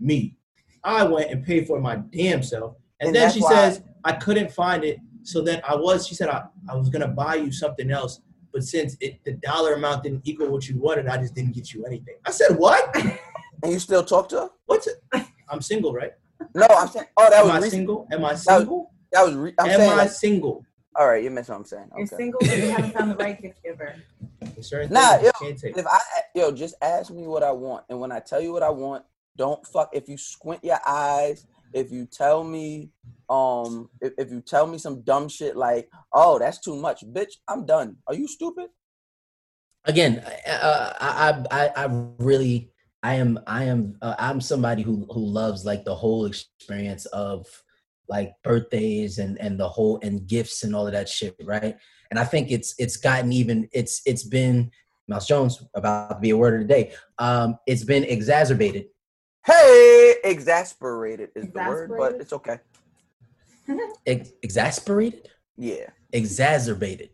Me. I went and paid for it my damn self. And,
And
then
that's
she
why-
says I couldn't find it. So then I was. She said I, I was gonna buy you something else. But since it, the dollar amount didn't equal what you wanted, I just didn't get you anything. I said what?
and you still talk to her?
What's it? I'm single, right?
No, I'm saying. Oh, that
Am I
was recent.
single? Am I
That
single?
was. That was re- I'm
Am
saying.
I
like-
single?
all right, you missed what I'm saying.
You're
Okay.
single, but you haven't found the right gift giver.
Certain
Nah,
things you
yo,
can't take.
if I yo, just ask me what I want, and when I tell you what I want, don't fuck. If you squint your eyes, if you tell me, um, if, if you tell me some dumb shit like, oh, that's too much, bitch, I'm done. Are you stupid?
again I- uh, I, I i i really i am i am uh, i'm somebody who who loves like the whole experience of like birthdays and and the whole and gifts and all of that shit right and i think it's it's gotten even it's it's been mouse jones about to be a word of the day um it's been exacerbated
Hey, exasperated is the word, but
Exasperated?
it's okay.
ex- exasperated
Yeah,
exacerbated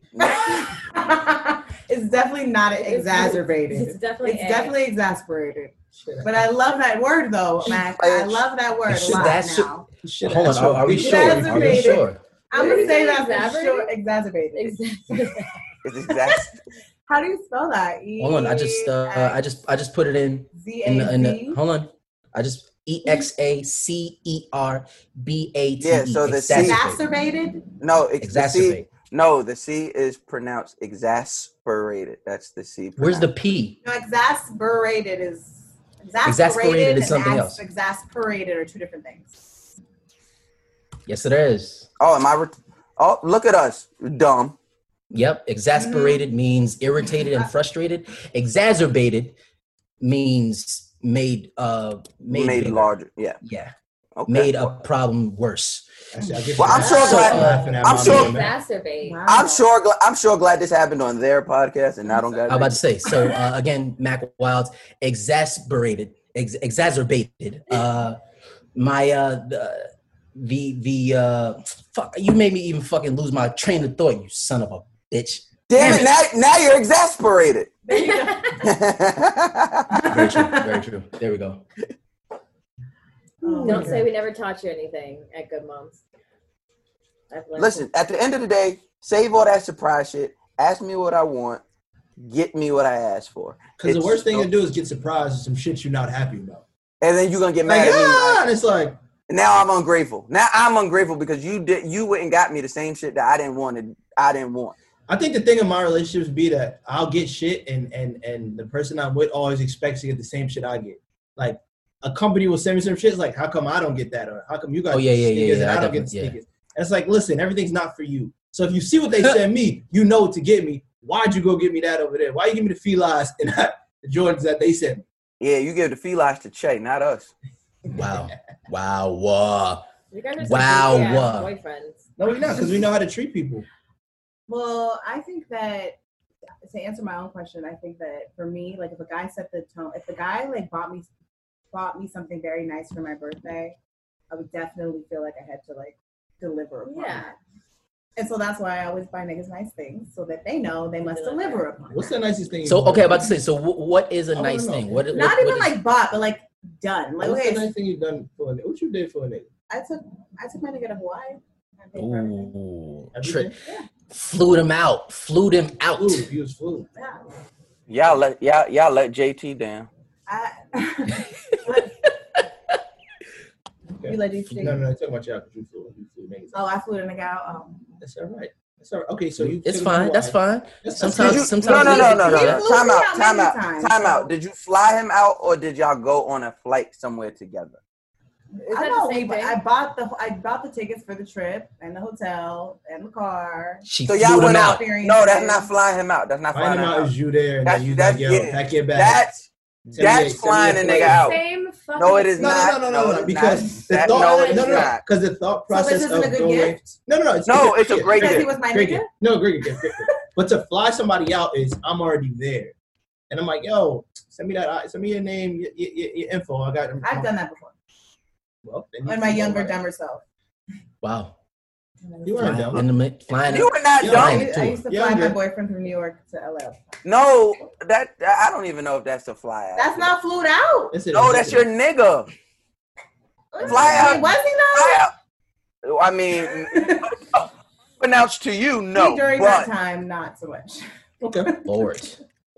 it's definitely not exacerbated.
It's
It's
definitely
definitely,
a-
exasperated. But I love that word though, Mac. I love that word a lot
That's-
now.
Shit,
hold on
that's
are,
what
are we
we
sure are we
Exacerbated.
sure
I'm gonna say that for
Exacerbated?
sure. Exacerbated.
Exactly.
it's exact.
How do you spell that? E-
hold on i just uh i just i just put it in
Z
in the,
A
in the
C.
hold on. I just E X A C E R B A T E.
Yeah, so the C-
exacerbate.
Exacerbated.
no, ex- the C-
Exacerbate.
no, the C is pronounced exasperated. That's the C.
Where's the
pronounced.
P?
No, exasperated is
Exasperated is
and
something
ex-
else.
Exasperated are two different things.
Yes, it is.
Oh, am I? Re- oh, look at us, dumb.
Yep. Exasperated means irritated and frustrated. Exacerbated means made uh made,
made,
bigger.
larger. Yeah.
Yeah.
Okay.
Made a problem worse.
Well, I'm sure
So,
glad.
uh,
I'm sure.
Exacerbate.
Wow.
I'm sure. Gl- I'm sure glad this happened on their podcast, and I don't got.
I'm about to say. So uh, again, Mac Wilds, exasperated, ex- exacerbated. Uh, my uh, the the, the uh, fuck, you made me even fucking lose my train of thought. You son of a bitch.
Damn it! Now, now you're exasperated.
There you go.
Very true. Very true. There we go.
Oh my
Don't say
God.
we never taught you anything at Good Moms. I've learned-
Listen. At the end of the day, save all that surprise shit. Ask me what I want. Get me what I asked for.
Because the
It's-
worst thing to do is get surprised with some shit you're not happy about.
And then you're gonna get mad
Like,
at me.
ah,
like,
and it's like,
And now I'm ungrateful. Now I'm ungrateful because you did you went and got me the same shit that I didn't want to I didn't want.
I think the thing in my relationships be that I'll get shit and and and the person I'm with always expects to get the same shit I get. Like a company will send me some shit it's like how come I don't get that or how come you guys
Oh, yeah,
get
yeah, yeah,
sneakers
yeah,
and
I
I, don't get the
definitely- yeah.
sneakers. And it's like listen, everything's not for you. So if you see what they send me, you know what to get me. Why'd you go get me that over there? Why you give me the felines and not the Jordans that they sent me?
Yeah, you give the felines to Che, not us.
Wow. Wow. Wow.
You guys are such
Wow,
weird-ass
wow.
boyfriends.
No, we're not because we know how to treat people.
Well, I think that to answer my own question, I think that for me, like if a guy set the tone, if the guy like bought me bought me something very nice for my birthday, I would definitely feel like I had to like deliver upon
Yeah.
that. And so that's why I always buy niggas nice things so that they know they must deliver upon.
What's the nicest thing?
So
you've
okay,
done?
about to say. So wh- what is a
I wanna
nice
know.
thing? What?
Not
what- what
even
is-
like bought, but like done. Like
What's
okay,
the nice thing you've done for a nigga? What you did for a nigga?
I took I took my nigga to Hawaii. I paid for everything.
Ooh,
Everything?
tri- flew them out. Flew them out.
Food. He was food.
Yeah.
Y'all let y'all y'all let JT down.
I,
Okay.
You let these
No, no,
things-
no. Talk about y'all because you flew. You flew niggas.
oh, I flew the nigga out. Um,
That's all right. That's all right. Okay, so you.
It's
took it
fine.
to
That's
Hawaii.
fine.
That's fine.
Sometimes,
Did you-
sometimes.
no, no,
it-
no, no,
Yeah.
no. Time out,
Flew
time
me out
out,
many
time
times,
out.
so-
Did you fly him out or did y'all go on a flight somewhere together?
Is
I
that
know.
the same
but
thing?
I bought the I bought the tickets for the trip and the hotel and the car.
She
So
flew
y'all
them
went
out.
out.
Experience.
No, that's not flying him out. That's not
Flying
flying
him
him
out
out.
is you there, and
That's-
then you
that's-
like, yo,
yeah.
pack your bag.
That's
Send me a-
that's
send me a
flying a
flight.
nigga out.
Same fucking
No, it is
No,
not.
no, no, no, no, no.
it's not.
Because the
That-
thought,
no,
no,
it's
no, no,
not.
because the thought
So
process
this isn't a
of
good
going.
gift.
No, no, no. It's,
No, it's a
gift.
great
Because
gift.
he was my
Great
nigga.
gift. No, great gift. great gift. But to fly somebody out is I'm already there, and I'm like, yo, send me that. uh, Send me your name, your, your, your- your info. I got.
I've done that before.
Well, then you
And my
can go
younger,
right.
dumber self.
Wow.
You weren't
Flying
dumb.
in the mi- flying.
You were not
You
I,
flying
dumb.
used- I used to fly
Younger.
my boyfriend from New York to LA.
No, that I don't even know if that's a fly out.
That's not flued out.
Yes, it
No,
is.
Oh, that's your nigga. Fly out.
Was he
Fly
though?
out. I mean, pronounced to you, no.
During that
But
time, not so much.
Okay.
Lord.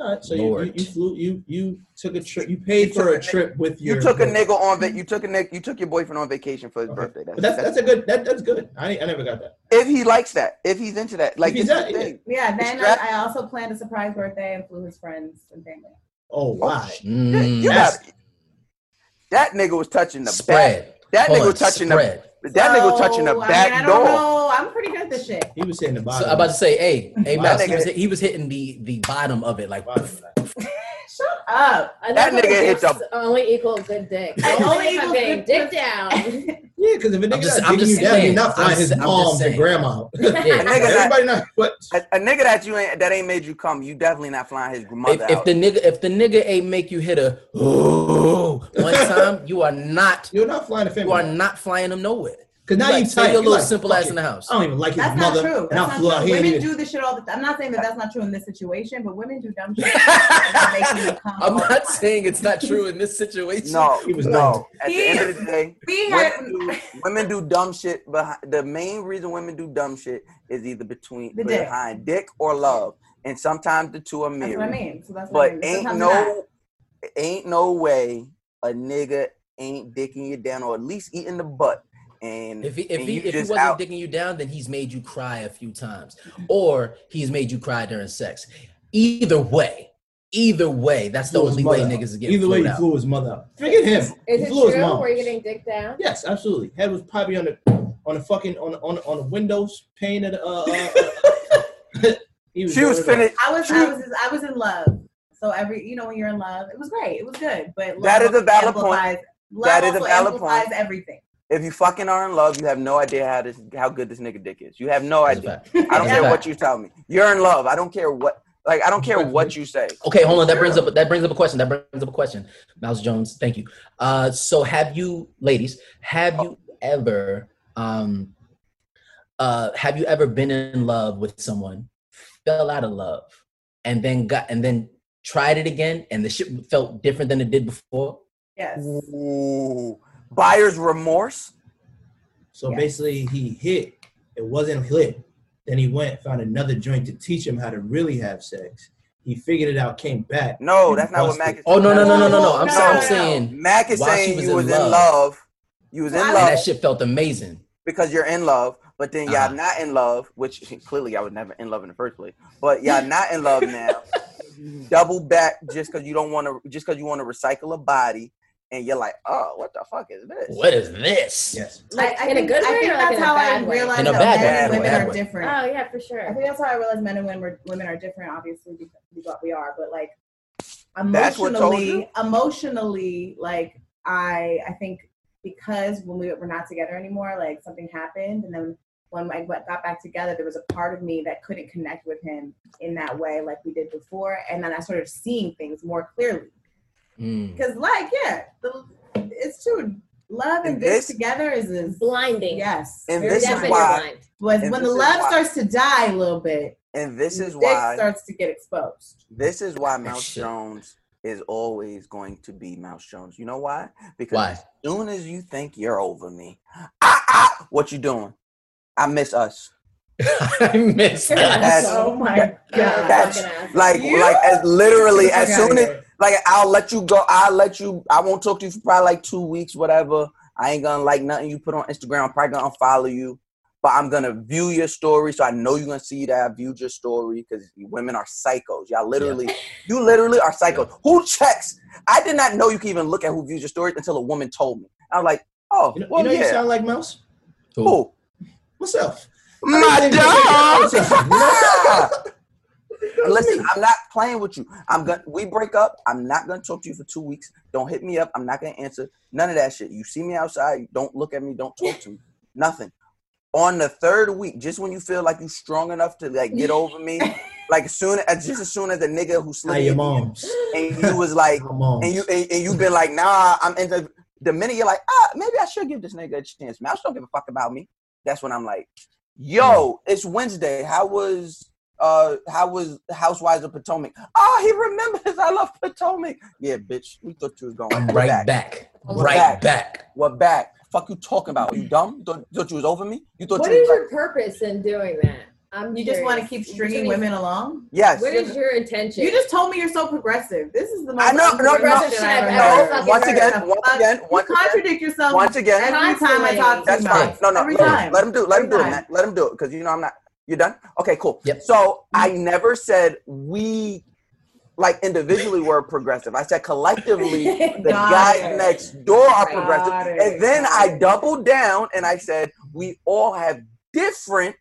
All right. So you, you,
Lord.
you flew. You you took a trip. You paid
You
for
took
a
a-
trip with your.
you took a
girl.
nigga on va- you took a nigga, you took your boyfriend on vacation for his
Okay.
birthday.
But that's that's a good. That, that's good. I I never got that.
if he likes that, if he's into that, like
he's
it's
not-
the thing.
Yeah. Then
Strap-
I, I also planned a surprise birthday and flew his friends and family.
Oh wow.
Mm,
You
That's-
got- that nigga was touching the back.
spread.
That
Hold
nigga
on,
was touching
spread.
the that nigga was
So,
touching the
I mean,
back
I don't
door.
know. I'm pretty good at this shit.
He was hitting the bottom.
So I'm about to say, hey, hey,
Wow.
Mouse,
That
he, was,
nigga-
he was hitting the the bottom of it, like
Bottom of that.
Shut up.
I love
That
how
nigga
dicks
hit the-
"Oh, only equal good dick.
Only
only
equals
equals good
good dick.
dick down.
Yeah, because if a nigga
just-
not
I'm
digging
just
you down, you're
saying.
not
I'm
flying his
just- I'm just
mom to
saying.
grandma.
Yeah.
nigga that-
Everybody not what?
A, a nigga that you ain't that ain't made you come, you definitely not flying his
if,
mother
if
out.
the nigga if the nigga ain't make you hit a ooh one time, you are not
You're not flying a
you are
family.
not flying them nowhere.
Because now
you like,
you
stay
tight.
your little
like,
simple
fuck
ass
it.
in the house.
I don't even like his
That's
mother,
not true.
and I
That's
flew
not
out
true.
here. and
Women
even-
do this shit all the time. I'm not saying that that's not true in this situation, but women do dumb shit. that make you come
I'm
all the
not
time.
saying it's not true in this situation.
no,
He was
no. At
He-
the end of the day,
We had,
women do, women do dumb shit. But the main reason women do dumb shit is either between
The dick.
behind dick or love, and sometimes the two are
that's
married.
what I mean. So that's what I
But
mean.
ain't
Sometimes
no, ain't no way a nigga ain't dicking you down or at least eating the butt. And
If he if
and
he
you
if he
just
wasn't
out,
digging you down, then he's made you cry a few times, or he's made you cry during sex. Either way, either way, that's the
flew his
only way
mother
niggas
out.
is getting
Either way,
flown
you
out.
flew his mother up. Forget him.
Is
you
it
flew his
true?
mom.
Were you getting dick down?
Yes, absolutely. Head was probably on the on the fucking on the- on the- on the windows pane of the. Uh, uh, uh, he
she was
going
finished.
I was, I was, I was in love. So every, you know, when you're in love, it was great. It was good. But
That
love
is a valid point.
amplifies- Love
That is a
also
valid
amplifies
point.
everything.
If you fucking are in love, you have no idea how this how good this nigga dick is. You have no
That's a
idea.
fact.
I don't
That's a
care
fact.
what you tell me. You're in love. I don't care what like I don't care what you say.
Okay, hold on. That brings up that brings up a question. That brings up a question. Mouse Jones, thank you. Uh, so have you, ladies, have you ever, um, uh, have you ever been in love with someone, fell out of love, and then got and then tried it again, and the shit felt different than it did before?
Yes.
Ooh. Buyer's remorse?
So
Yeah.
basically, he hit. It wasn't lit. Then he went found another joint to teach him how to really have sex. He figured it out, came back.
No, that's not what Mac is
Oh no no no no no no!
No,
I'm
no,
sorry. I'm
no, no.
saying
Mac is
While she
saying
was
you
in
was in
love.
love You was in
And
love.
that shit felt amazing.
because you're in love, but then y'all
Uh-huh.
not in love, which clearly I was never in love in the first place. But y'all not in love now.
Mm-hmm.
Double back just because you don't want to, just because you want to recycle a body, and you're like, oh, what the fuck is this?
What is this? Yes.
Like, I
In a
think,
good
I
way
think
or, like,
that's
in a
how I
bad way?
realized
In a
that
bad
men
way,
and
in a
women
bad
are
way.
different.
Oh yeah, for sure.
I think that's how I realized men and women, were, women are different, obviously, because we what we are. But like
That's what told you?
emotionally, emotionally, like I, I think because when we were not together anymore, like something happened, and then when I went, got back together, there was a part of me that couldn't connect with him in that way, like we did before, and then I started seeing things more clearly.
Mm.
Because, like, yeah, the, it's true. Love and
And
this,
this-
together is, is
Blinding.
yes.
And
Very
this is
Definitely
different.
why-
blind.
Was
and
when
this
the
is
love
why-
starts to die a little bit,
And this is
dick
why
starts to get exposed.
this is why Mouse
shit.
Jones is always going to be Mouse Jones. You know why? Because
Why?
as soon as you think you're over me, ah, ah, what you doing? I miss us.
I missed that.
That's-
oh my
that-
god.
that's-
Fucking ass.
Like,
You-
like as literally
Get the
as
fuck outta
soon as
here.
like I'll let you go. I'll let you. I won't talk to you for probably like two weeks, whatever. I ain't gonna like nothing you put on Instagram. I'm probably gonna unfollow you, but I'm gonna view your story, so I know you're gonna see that I viewed your story because women are psychos. Y'all literally, you literally are psychos. Who checks? I did not know you could even look at who views your story until a woman told me. I was like, oh,
You know,
well,
you, know you
yeah,
sound like Mouse?
Who?
cool.
Myself.
My
I
dog.
didn't think- Myself.
And Listen, I'm not playing with you. I'm gonna we break up. I'm not gonna talk to you for two weeks. Don't hit me up. I'm not gonna answer none of that shit. You see me outside, don't look at me, don't talk to me. Nothing. On the third week, just when you feel like you're strong enough to like get over me, like as soon as just as soon as the nigga who
Hey,
slipped
your
in
moms.
and you was like
Your moms.
and you and, and you've been like, nah, I'm in the the minute you're like, ah, maybe I should give this nigga a chance. Mouse don't give a fuck about me. That's when I'm like, yo, it's Wednesday. How was uh how was Housewives of Potomac? Oh, he remembers I love Potomac. Yeah, bitch. We thought you was going
I'm
We're
right back.
We're
Right back.
We're back. Fuck you talking about. You dumb? Thought, thought you was over me? You thought
What
you
is
was
your
like-
purpose in doing that? I'm
You just want to
curious.
keep
What
stringing
is-
women along?
Yes.
What is your intention?
You just told me you're so progressive. This is the most
I know, no,
progressive
no,
shit I've
no,
ever
no,
fucking
once
heard.
again, once
Uh,
Fuck,
again, once
you
again,
contradict yourself
once again.
every time I talk to
That's
you.
fine.
Mouth.
No, no,
every
look,
time.
let him do. it. Let him
Every
do it,
time.
Matt. Let him do it because you know I'm not. You done? Okay, cool.
Yep.
So I never said we, like individually, were progressive. I said collectively, the
Got
guys
it.
next door are
Got
progressive,
it.
and then
Got
I
it.
doubled down and I said we all have different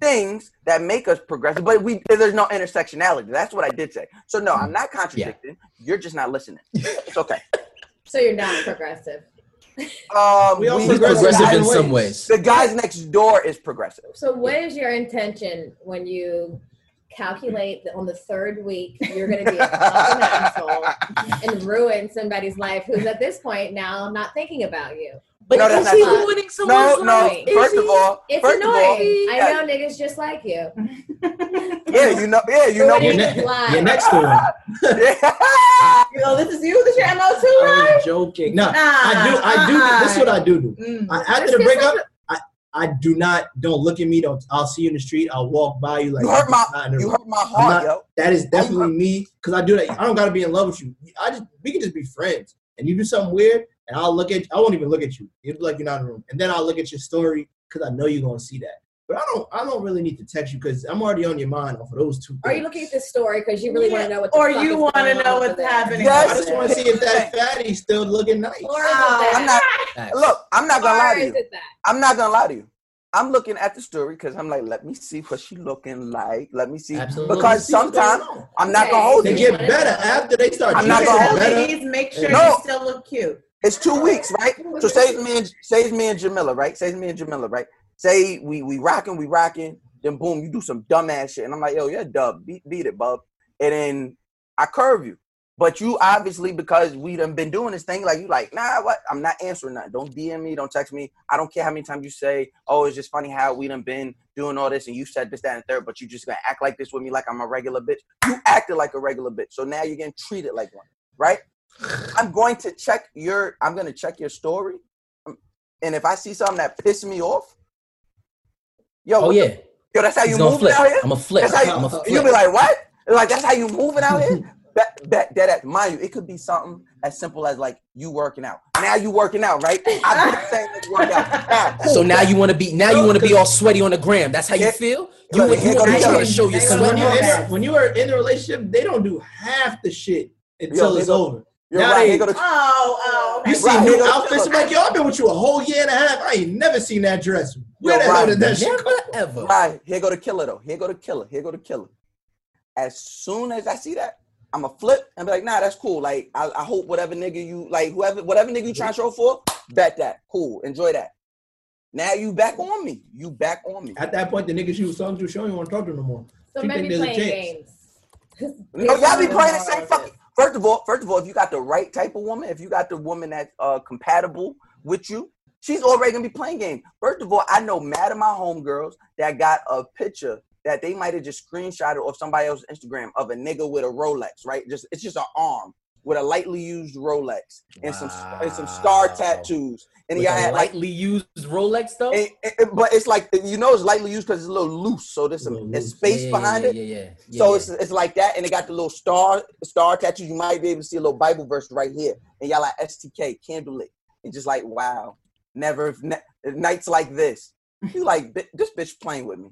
things that make us progressive, but we there's no intersectionality. That's what I did say. So no,
Mm-hmm.
I'm not contradicting. You're just not listening. It's okay.
so you're not progressive.
Um,
We all
He's progressive in some ways.
the guys next door is progressive.
So what is your intention when you calculate that on the third week you're going to be a fucking asshole and ruin somebody's life who's at this point now not thinking about you?
But
No,
is
that's not
he
true.
ruining
No,
someone's
no.
life?
First of all,
It's
first
annoying.
of all,
I know niggas just like you.
Yeah, you know. Yeah, you know.
Your,
Ruining
Yeah.
ne-
his life.
your next one.
You know, this is you. This your mo too,
I
right? Uh-uh.
was joking. No, I do. I do. This is what I do
Mm-hmm.
do.
Mm.
I, after the breakup, I, I do not. Don't look at me. Don't. I'll see you in the street. I'll walk by you like
You hurt my.
not in the
You
room.
hurt my heart,
I'm
yo.
That is definitely me because I do that. I don't gotta be in love with you. I just we can just be friends. And you do something weird, and I'll look at. I won't even look at you. You'll be like you're not in the room, and then I'll look at your story because I know you're gonna see that. But I don't. I don't really need to text you because I'm already on your mind off of those two.
Are you
things.
looking at this story because you really want to know what? The
or
fuck
you
want to
know what's happening?
Yes.
I just want to see if that fatty's still looking nice.
Or is it
Oh,
that?
I'm not.
Facts.
Look, I'm not gonna lie
Or
to
is
you.
it that?
I'm not gonna lie to you. I'm looking at the story because I'm like, let me see what she looking like. Let me see.
Absolutely.
Because
See what's going
sometimes
on.
I'm not gonna
Okay.
hold
they
you.
get better after they start.
I'm not
cheating, they
gonna hold
get
you.
better.
Ladies, make sure
No.
you still look cute.
It's two weeks, right? So say it's me and say it's me and Jamila, right? Say it's me and Jamila, right? Say we we rocking, we rocking. Then boom, you do some dumbass shit, and I'm like, yo, you're a dub, beat, beat it, bub. And then I curve you, but you obviously because we done been doing this thing, like you like, nah, what? I'm not answering nothing. Don't DM me, don't text me. I don't care how many times you say, oh, it's just funny how we done been doing all this, and you said this, that, and third, but you just gonna act like this with me, like I'm a regular bitch. You acted like a regular bitch, so now you're getting treated like one, right? I'm going to check your. I'm going to check your story, Um, and if I see something that pissed me off, yo,
Oh
what the-
yeah.
yo, that's how
He's
you
gonna
moving
flip.
out here.
I'm a flip.
That's how you,
I'm a flip.
you'll be like, what? Like that's how you moving out here. That that that mind you, it could be something as simple as like you working out. Now you working out, right? I've been saying let's work out. Nah, cool.
So now you want to be now
Oh,
you want to be all sweaty on the gram. That's how you feel. You,
Look,
want-
here
you
go
want
the
to try to
challenge.
show your
Hang on,
sweat.
When you're, in, a- when you are in a relationship, they don't do half the shit until
they
it's
go-
over.
you're
Now
right,
they-
they go to-
Oh, oh.
you see
right, they
new
go to-
outfits. I'm like, yo, I've been with you a whole year and a half. I ain't never seen that dress. Where
Yo,
the hell
right,
did that shit
Never
come?
ever.
Right, here go the killer though. Here go the killer. Here go the killer. As soon as I see that, I'ma flip and be like, nah, that's cool. Like I, I hope whatever nigga you like, whoever whatever nigga you trying to show for, bet that. Cool. Enjoy that. Now you back on me. You back on me.
At that point, the niggas you was talking to, she don't even want to talk to no more.
So
She think
maybe
there's a
playing
chance.
games.
No, y'all be playing the same fucking. First of all, first of all, if you got the right type of woman, if you got the woman that's uh, compatible with you, she's already gonna be playing game. First of all, I know mad of my homegirls that got a picture that they might have just screenshotted off somebody else's Instagram of a nigga with a Rolex, right? Just it's just an arm with a lightly used Rolex and some and some star
Wow.
tattoos, and
With
y'all
a
had like.
lightly used Rolex though.
and- and- but it's like you know it's lightly used because it's a little loose, so there's
A
some
little
there's
loose.
space
Yeah, yeah,
behind
yeah,
it.
Yeah, yeah. yeah
So
yeah.
it's it's like that, and it got the little star star tattoo. You might be able to see a little Bible verse right here, and y'all like STK candlelit, and just like wow, never ne- nights like this. You like "Bi- this bitch playing with me.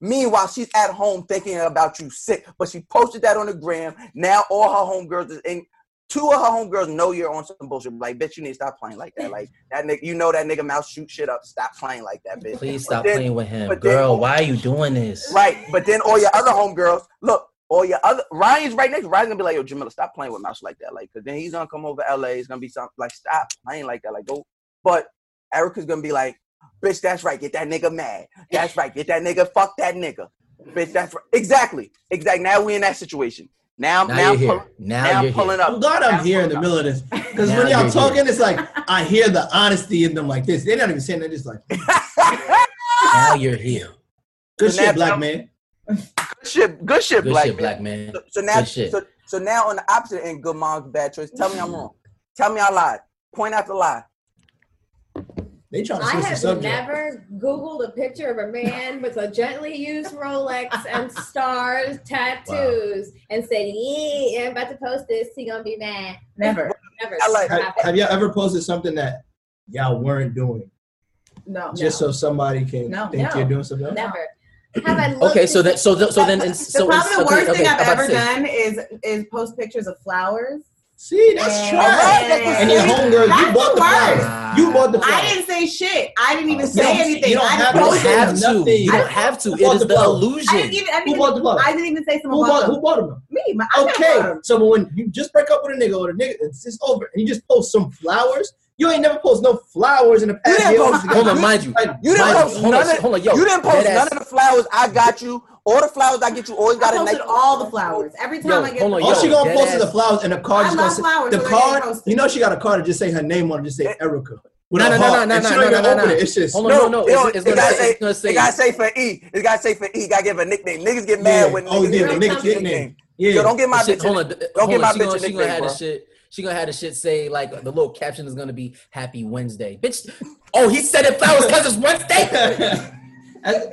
Meanwhile, she's at home thinking about you sick, but she posted that on the gram. Now all her homegirls is in. Two of her homegirls know you're on some bullshit. Like, bitch, you need to stop playing like that. Like that nigga, you know that nigga mouth shoot shit up. Stop playing like that, bitch.
Please
But
stop
then-
playing with him,
but then-
girl. Why are you doing this?
Right. But then all your other homegirls, look, all your other Ryan's right next. Ryan's gonna be like, yo, Jamila, stop playing with Mouse like that. Like, cause then he's gonna come over LA. It's gonna be something like, stop playing like that. Like, go. But Erica's gonna be like, bitch, that's right. Get that nigga mad. That's right. Get that nigga. Fuck that nigga. Bitch, that's right. Exactly. Exactly. Now we in that situation. Now,
Now,
now, I'm
you're here.
pull-
Now,
now I'm
you're
pulling
here.
up.
I'm glad I'm here in the middle of this because when
Now
y'all
you're
talking, it's like I hear the honesty in them like this. They're not even saying that. It's like
Now you're here.
good
So
shit,
now-
black man.
Good shit. Good shit,
Good
black,
shit,
man.
black man.
So, so now,
Good shit. Hmm.
so, so now on the opposite end, good mom's bad choice. Tell me I'm wrong. Tell me I lied. Point out the lie.
They trying to
I
switch the
have
subject.
never Googled a picture of a man with a gently used Rolex and stars tattoos and said, yeah, I'm about to post this. He gonna be mad.
Never.
Never.
I like-
have,
Stop it.
have y'all ever posted something that y'all weren't doing
No.
just so somebody can
No,
think
no.
you're doing something? Else?
Never. Have I looked
Okay, so
to
that so th- so then in-
the
so in-
probably the
okay,
worst
okay,
thing
I'm
I've
about to
ever
say-
done is is post pictures of flowers.
See, that's
Yeah.
trash.
Alright, that's
And your
the-
homegirl, you
that's
bought the
the
flowers.
worst.
You bought the
I
flowers.
didn't say shit. I didn't even
You
say
don't- you
anything.
don't
I
have
didn't
to
You don't
post
say
it.
have to.
nothing.
You don't have to.
Who
It
bought
is
the
the
flower?
I didn't
illusion.
even. I didn't
Who
even,
bought the flowers?
I didn't even say
Who
someone
bought,
bought
who
them.
bought them?
Me. My, I
Okay,
bought them.
so when you just break up with a nigga or a nigga, it's just over, and you just post some flowers. You ain't never post no flowers in the past.
didn't
year.
post-
Like,
Hold on, mind you.
like,
You didn't
Mind you,
post
hold on,
none of
hold on, yo,
you didn't post
deadass.
none of the flowers I got you. All the flowers I get you always got
I
a nice
posted all the flowers. Every time
Yo,
I get
hold on,
All
yo,
she gonna
dead
post is
ass.
the flowers and the card.
I
just gonna
love
say-
flowers,
The
but I didn't
card,
post it.
you know, she got a card to just say her name on it, just say Erica. With
No,
a
no, no,
heart,
no,
and
no,
she don't
no,
even
no, no,
open
no.
it. It's just
Hold on. No, no,
you know,
it's- it's gonna
gotta
say- it's gonna say-
it gotta say for E. It gotta say for E. Gotta give a nickname. Niggas get mad
yeah.
when
oh
niggas
yeah, the
give
nigga
niggas
nickname. Yeah,
Yo, don't get my
Shit,
bitch. a
hold on,
nick-
th-
Don't
hold
get
on.
my
She
bitch
gonna,
a
she gonna
nickname,
have
bro.
the shit. She gonna have the shit say like the little caption is gonna be "Happy Wednesday." Bitch. Oh, he said it flowers because it's Wednesday.
As-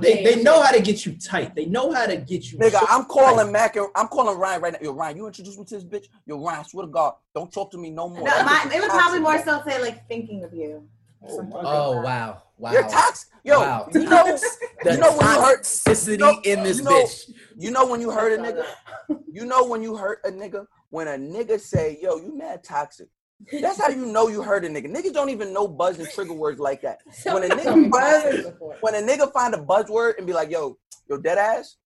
they, they know how to get you tight. They know how to get you.
Nigga,
so
I'm calling
tight.
Mac and I'm calling Ryan right now. Yo, Ryan, you introduced me to this bitch. Yo, Ryan, I swear to God, don't talk to me no more.
No,
That
my,
bitch is
it would probably
toxic.
more so say like thinking of you.
Oh, my
Oh wow, wow.
You're toxic. Yo,
Wow.
you know,
The
you know when you hurt
toxicity
you know-
in this
you know-
bitch.
You know when you hurt a nigga? You know when you hurt a nigga? When a nigga say, yo, you mad toxic. That's how you know you hurt a nigga. Niggas don't even know buzz and trigger words like that. When a nigga find, when a nigga find a buzzword and be like, yo, yo, dead ass,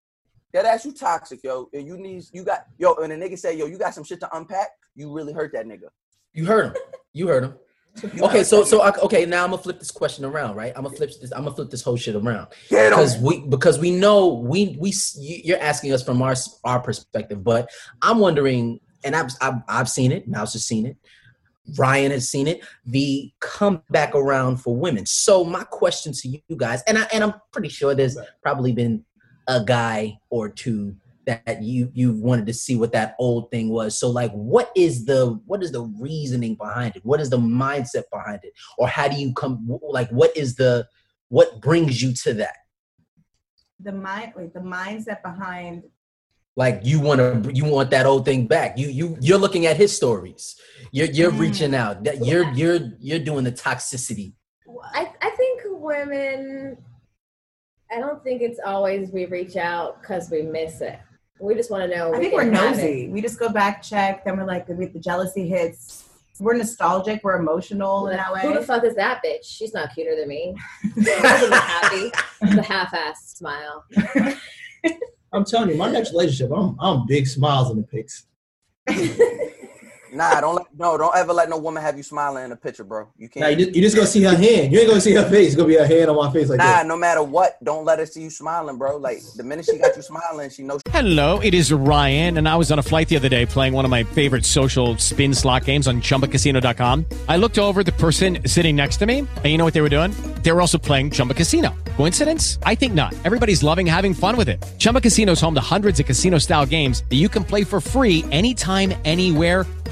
dead ass, you toxic, yo. And you need you got yo, and a nigga say, yo, you got some shit to unpack, you really hurt that nigga.
You heard him. You heard him.
You
Okay,
hurt
so
that
so
nigga.
I, okay, now I'm gonna flip this question around, right? I'm gonna flip this. I'm gonna flip this whole shit around
Get on.
because we because we know we we s- you- you're asking us from our s- our perspective, but I'm wondering, and I've I've, I've seen it. Mouse has seen it. Ryan has seen it. The comeback around for women. So my question to you guys, and I and I'm pretty sure there's probably been a guy or two that you you wanted to see what that old thing was. So like, what is the what is the reasoning behind it? What is the mindset behind it? Or how do you come? wh- Like, what is the what brings you to that?
The mind, wait, the mindset behind
Like you want to, you want that old thing back. You you you're looking at his stories. You're you're reaching out. That you're you're you're doing the toxicity.
I, I think women, I don't think it's always we reach out because we miss it. We just want to know.
I
we
think we're
can have
nosy. We just go back, check, then we're like, we, the jealousy hits. We're nostalgic. We're emotional in that
it.
way.
Who the fuck is that bitch? She's not cuter than me. Wasn't happy. The half-assed smile.
I'm telling you, my next relationship, I'm I'm big smiles in the pics.
Nah, don't let, no, don't ever let no woman have you smiling in a picture, bro. You can't.
Now you just, you just gonna see her hand. You ain't gonna see her face. It's gonna be her hand on my face like
nah,
that.
no matter what, don't let her see you smiling, bro. Like the minute she got you smiling, she knows.
Hello, it is Ryan, and I was on a flight the other day playing one of my favorite social spin slot games on chumbacasino.com. I looked over at the person sitting next to me, and you know what they were doing? They were also playing Chumba Casino. Coincidence? I think not. Everybody's loving having fun with it. Chumba Casino is home to hundreds of casino style games that you can play for free anytime, anywhere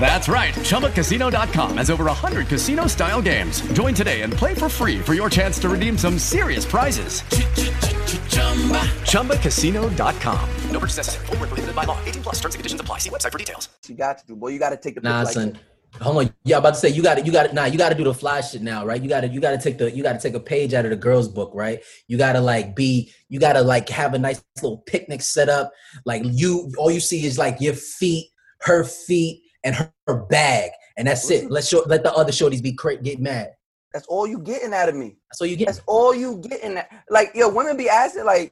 That's right. ChumbaCasino.com has over 100 casino-style games. Join today and play for free for your chance to redeem some serious prizes. ChumbaCasino.com.
No purchase necessary. Void were prohibited by law. 18 plus terms and conditions apply. See website for details.
She got you, boy. You gotta take the
Nah,
picture.
son. Hold on. Yeah, I'm about to say you got to you got to nah, you got to do the fly shit now, right? You got to you got to take the you got to take a page out of the girls' book, right? You got to like be you got to like have a nice little picnic set up. Like you, all you see is like your feet, her feet, and her, her bag, and that's it. Let's show let the other shorties be cra- get mad.
That's all you getting out of me.
That's all you get.
That's all you getting. At. Like yo, women be asking like,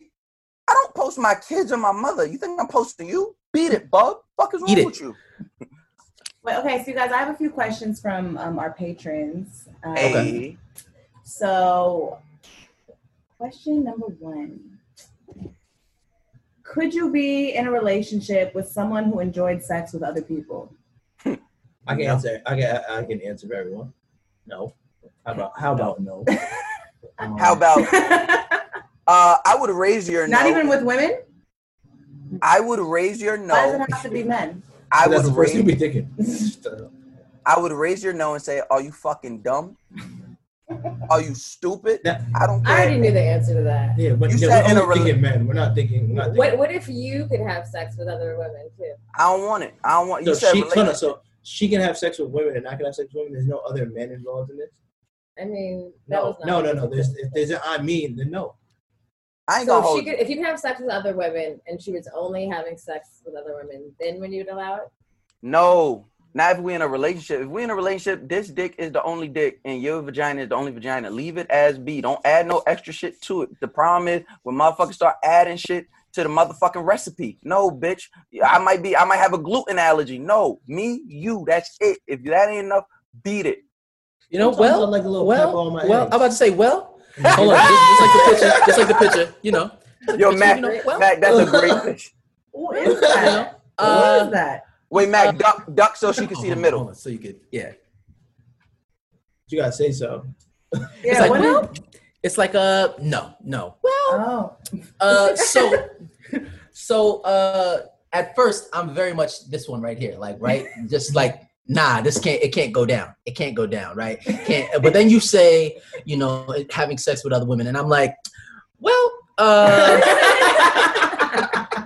I don't post my kids or my mother. You think I'm posting you? Beat it, bub. Fuck is wrong with you?
Wait, okay, so you guys, I have a few questions from um, our patrons. Um,
Hey.
So, question number one Could you be in a relationship with someone who enjoyed sex with other people?
I can answer. I can I can answer for everyone. No. How about how about no?
How about? uh, I would raise your
Not
no.
even with women?
I would raise your
Why does
no.
it have to be men?
I would
That's the first
raise.
thing we thinking.
I would raise your no and say, "Are you fucking dumb? Are you stupid? I don't care."
I already knew the answer to that.
Yeah, but
You
yeah,
said
we're
in a
only
rela-
thinking men. We're not thinking. We're not thinking.
What, what if you could have sex with other women too?
I don't want it. I don't want. You
so
said
she no, no,
relationship.
so she can have sex with women and I can have sex with women. There's no other men involved in this.
I mean, that
No,
was
no,
not
no, no. There's if there's an I mean then no.
I
so if she could, if you could have sex with other women and she was only having sex with other women, then when you would allow it?
No, not if we in a relationship. If we in a relationship, this dick is the only dick, and your vagina is the only vagina. Leave it as be. Don't add no extra shit to it. The problem is when motherfuckers start adding shit to the motherfucking recipe. No, bitch. I might be. I might have a gluten allergy. No, me, you. That's it. If that ain't enough, beat it.
You know,
Sometimes
well,
I like a little
well,
pepper on my
well.
eggs.
I'm about to say well. Hold on, just, just like the picture, just like the picture. You know,
Yo, Mac, Mac, that's a great fish.
What is that?
Uh,
what is that?
Wait, Mac, duck, duck, so she can see the middle.
So you could, yeah.
You gotta say so.
Yeah, it's like, well, it's like uh no, no.
Well,
uh so so uh at first I'm very much this one right here, like right? Just like nah, this can't it can't go down. It can't go down, right? It Can't but then you say, you know, having sex with other women and I'm like, well, uh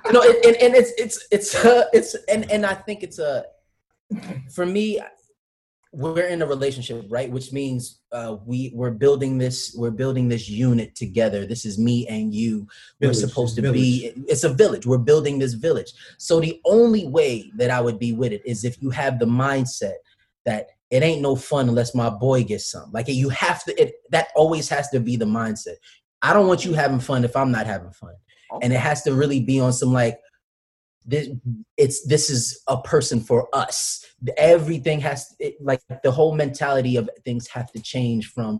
Oh.
no, it, and, and it's it's it's uh, it's and and I think it's a for me we're in a relationship right which means uh, we we're building this we're building this unit together this is me and you
Village,
we're supposed to
village.
be it's a village we're building this village so the only way that i would be with it is if you have the mindset that it ain't no fun unless my boy gets some like you have to it that always has to be the mindset i don't want you having fun if i'm not having fun and it has to really be on some like this it's this is a person for us everything has it, like the whole mentality of things have to change from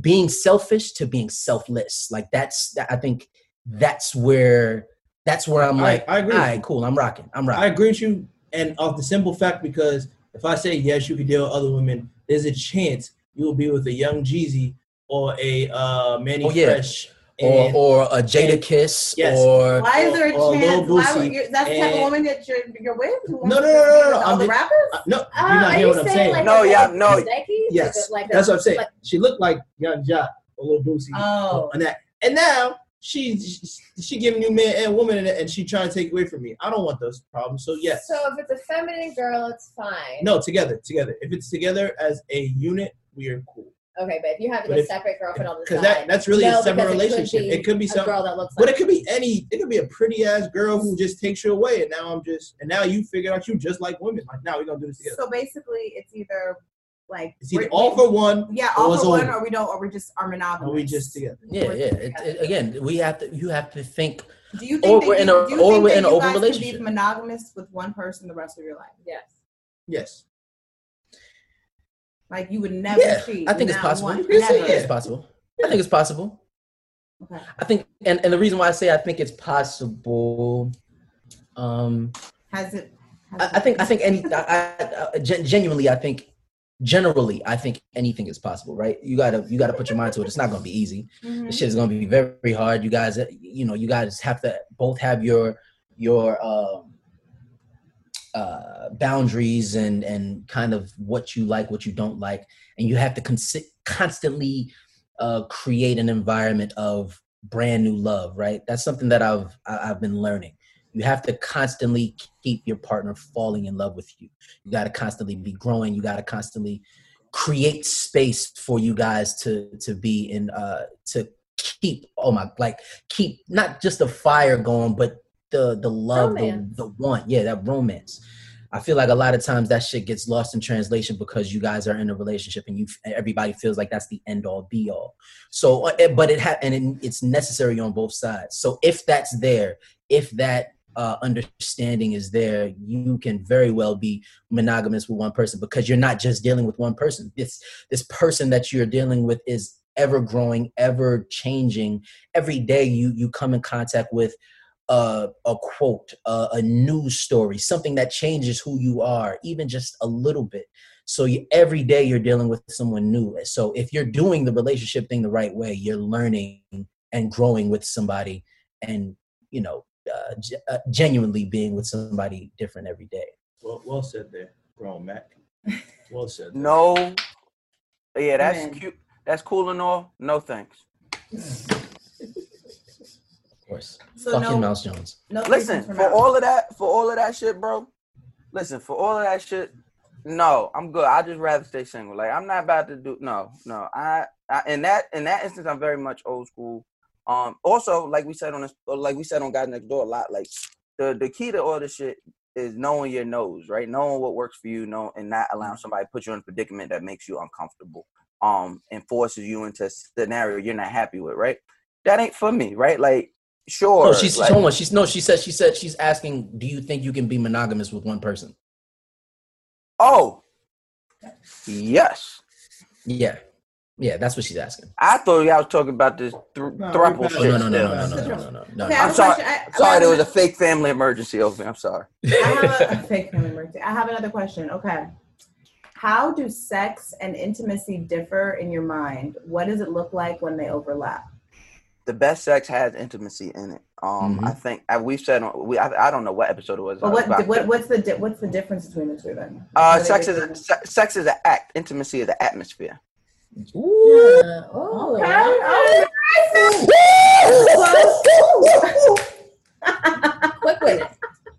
being selfish to being selfless like that's that- i think that's where that's where i'm
I-
like
I agree.
all right cool i'm rocking i'm rocking
I agree with you and off the simple fact because if I say yes, you can deal with other women, there's a chance you will be with a young Jeezy or a uh, Manny
Oh, yeah.
Fresh.
Or,
and-
or a Jada Kiss,
Yes.
or
Why is there a
Or- or
chance?
Lil
Why would
Boosie
you, that's the type of
and-
woman that you're, you're with?
No, no, no, no, no, no.
All
I'm
the
just-
rappers?
Uh, no, you're
Uh,
not
are
hearing
you
what I'm
saying
saying.
like No, a- yeah, no.
Becky?
Yes,
Like a-
that's what I'm saying.
like-
she looked like Young Jock, a little boozy.
Oh.
and that, and now she's she giving you man and woman, and, and she trying to take away from me. I don't want those problems. So yes,
So if it's a feminine girl, it's fine.
no, together, together. If it's together as a unit, we are cool.
Okay, but if you have
But
a
if-
separate girlfriend on the
Because
side,
that, that's really
no,
a separate
because
relationship. It could be
a
some
girl that looks
but
like
it could be any. It could be a pretty ass girl who just takes you away, and now I'm just, and now you figured out you just like women. Like now we gonna do this together.
So basically, it's either like
It's either
we're-
all for one.
yeah,
or
all
it's
for one,
over.
or we don't, or we just are monogamous.
Or we just together.
yeah, yeah. It, it- again, we have to. You have to think.
Do you think
Or
that
we're in
you-
a-
do you
or
think
we're
that
in an
you
open
guys could
relationship.
Be monogamous with one person the rest of your life.
Yes.
Yes.
Like you would never
Yeah,
cheat.
I think it's
not
possible.
once,
You say
never.
it's possible. I think it's possible.
Okay.
I think, and, and the reason why I say I think it's possible, um,
Has it?
I, I think I think any I, I, I, gen- genuinely I think generally I think anything is possible, right? You gotta you gotta put your mind to it. It's not gonna be easy.
Mhm.
This shit is gonna be very, very hard. You guys, you know, you guys have to both have your your um, uh, boundaries and and kind of what you like, what you don't like, and you have to consi- constantly uh, create an environment of brand new love, right? That's something that I've I- I've been learning. You have to constantly keep your partner falling in love with you. You got to constantly be growing. You got to constantly create space for you guys to to be in uh to keep oh my like keep not just the fire going but the the love the,
Romance.
the want yeah that romance i feel like a lot of times that shit gets lost in translation because you guys are in a relationship and you everybody feels like that's the end all be all so, uh, but it ha- and it, it's necessary on both sides. So if that's there, if that uh, understanding is there, you can very well be monogamous with one person because you're not just dealing with one person. This this person that you're dealing with is ever growing, ever changing. Every day you you come in contact with a, a quote, a, a news story, something that changes who you are, even just a little bit. So you, every day you're dealing with someone new. So if you're doing the relationship thing the right way, you're learning and growing with somebody, and you know, uh, ge- uh, genuinely being with somebody different every day.
Well, well said there, grown Mac. Well said. there.
No. Yeah, that's
Man.
cute. That's cool and all. No thanks.
Of course,
So
fucking
no-
Mouse Jones.
listen,
reasons for
for
not-
all of that, for all of that shit, bro. Listen, for all of that shit, no, I'm good. I just rather stay single. Like I'm not about to do no, no. I, I in that in that instance, I'm very much old school. Um, also, like we said on this, or like we said on Guys Next Door a lot. Like the the key to all this shit is knowing your nose, right? Knowing what works for you, know, and not allowing somebody to put you in a predicament that makes you uncomfortable, um, and forces you into a scenario you're not happy with, right? That ain't for me, right? Like, sure.
No, she's
like,
hold on, She's no. She said. She said. She's asking. Do you think you can be monogamous with one person?
Oh. Yes.
Yeah. Yeah. That's what she's asking.
I thought y'all was talking about this thr thruple
no,
shit.
no, no, no, no,
still.
no, no, no, no, no.
Okay, I have
I'm
a
sorry.
question. I-
sorry,
well,
there was a fake family emergency over there. I'm sorry.
a fake family emergency. I have another question. Okay. How do sex and intimacy differ in your mind? What does it look like when they overlap?
The best sex has intimacy in it.
Mm-hmm.
Um, I think I, we've said on we. I, I don't know what episode it was.
But
I was
what,
about-
what what's the di- what's the difference between the two then? What
uh,
are
sex
they-
is a, se- sex is an act. Intimacy is an atmosphere.
Oh, Quick with it.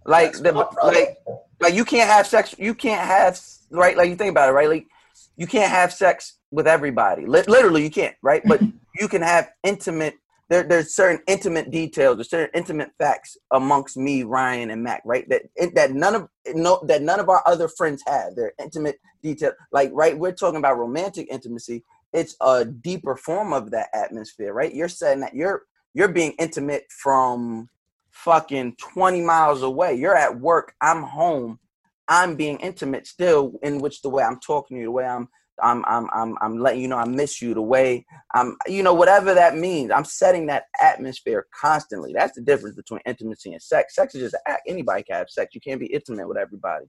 Like the like like you can't have sex. You can't have right. Like you think about it, right? Like you can't have sex with everybody. Li- literally, you can't, right? But you can have intimate. There, there's certain intimate details, there's certain intimate facts amongst me, Ryan, and Mac, right? That it- that none of no that none of our other friends have. They're intimate detail, like right. We're talking about romantic intimacy. It's a deeper form of that atmosphere, right? You're saying that you're you're being intimate from fucking 20 miles away. You're at work. I'm home. I'm being intimate still in which the way I'm talking to you, the way I'm I'm I'm I'm I'm letting you know I miss you, the way I'm, you know, whatever that means. I'm setting that atmosphere constantly. That's the difference between intimacy and sex. Sex is just an act. Anybody can have sex. You can't be intimate with everybody.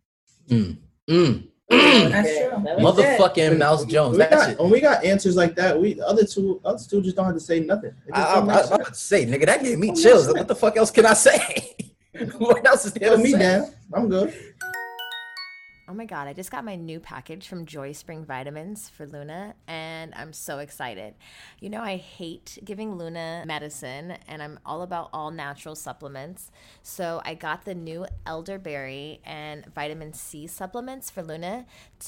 Mm. Mm. That's
true.
Motherfucking Mouse Jones.
When we,
That
got,
shit.
when we got answers like that, we the other two other two just don't have to say nothing. It just
I, I, I,
don't
am
make sense.
about to say, nigga, that gave me chills. What the fuck else can I say? what else is there?
Put me down. I'm good.
Oh my God, I just got my new package from Joy Spring Vitamins for Luna, and I'm so excited. You know, I hate giving Luna medicine, and I'm all about all natural supplements. So I got the new elderberry and vitamin C supplements for Luna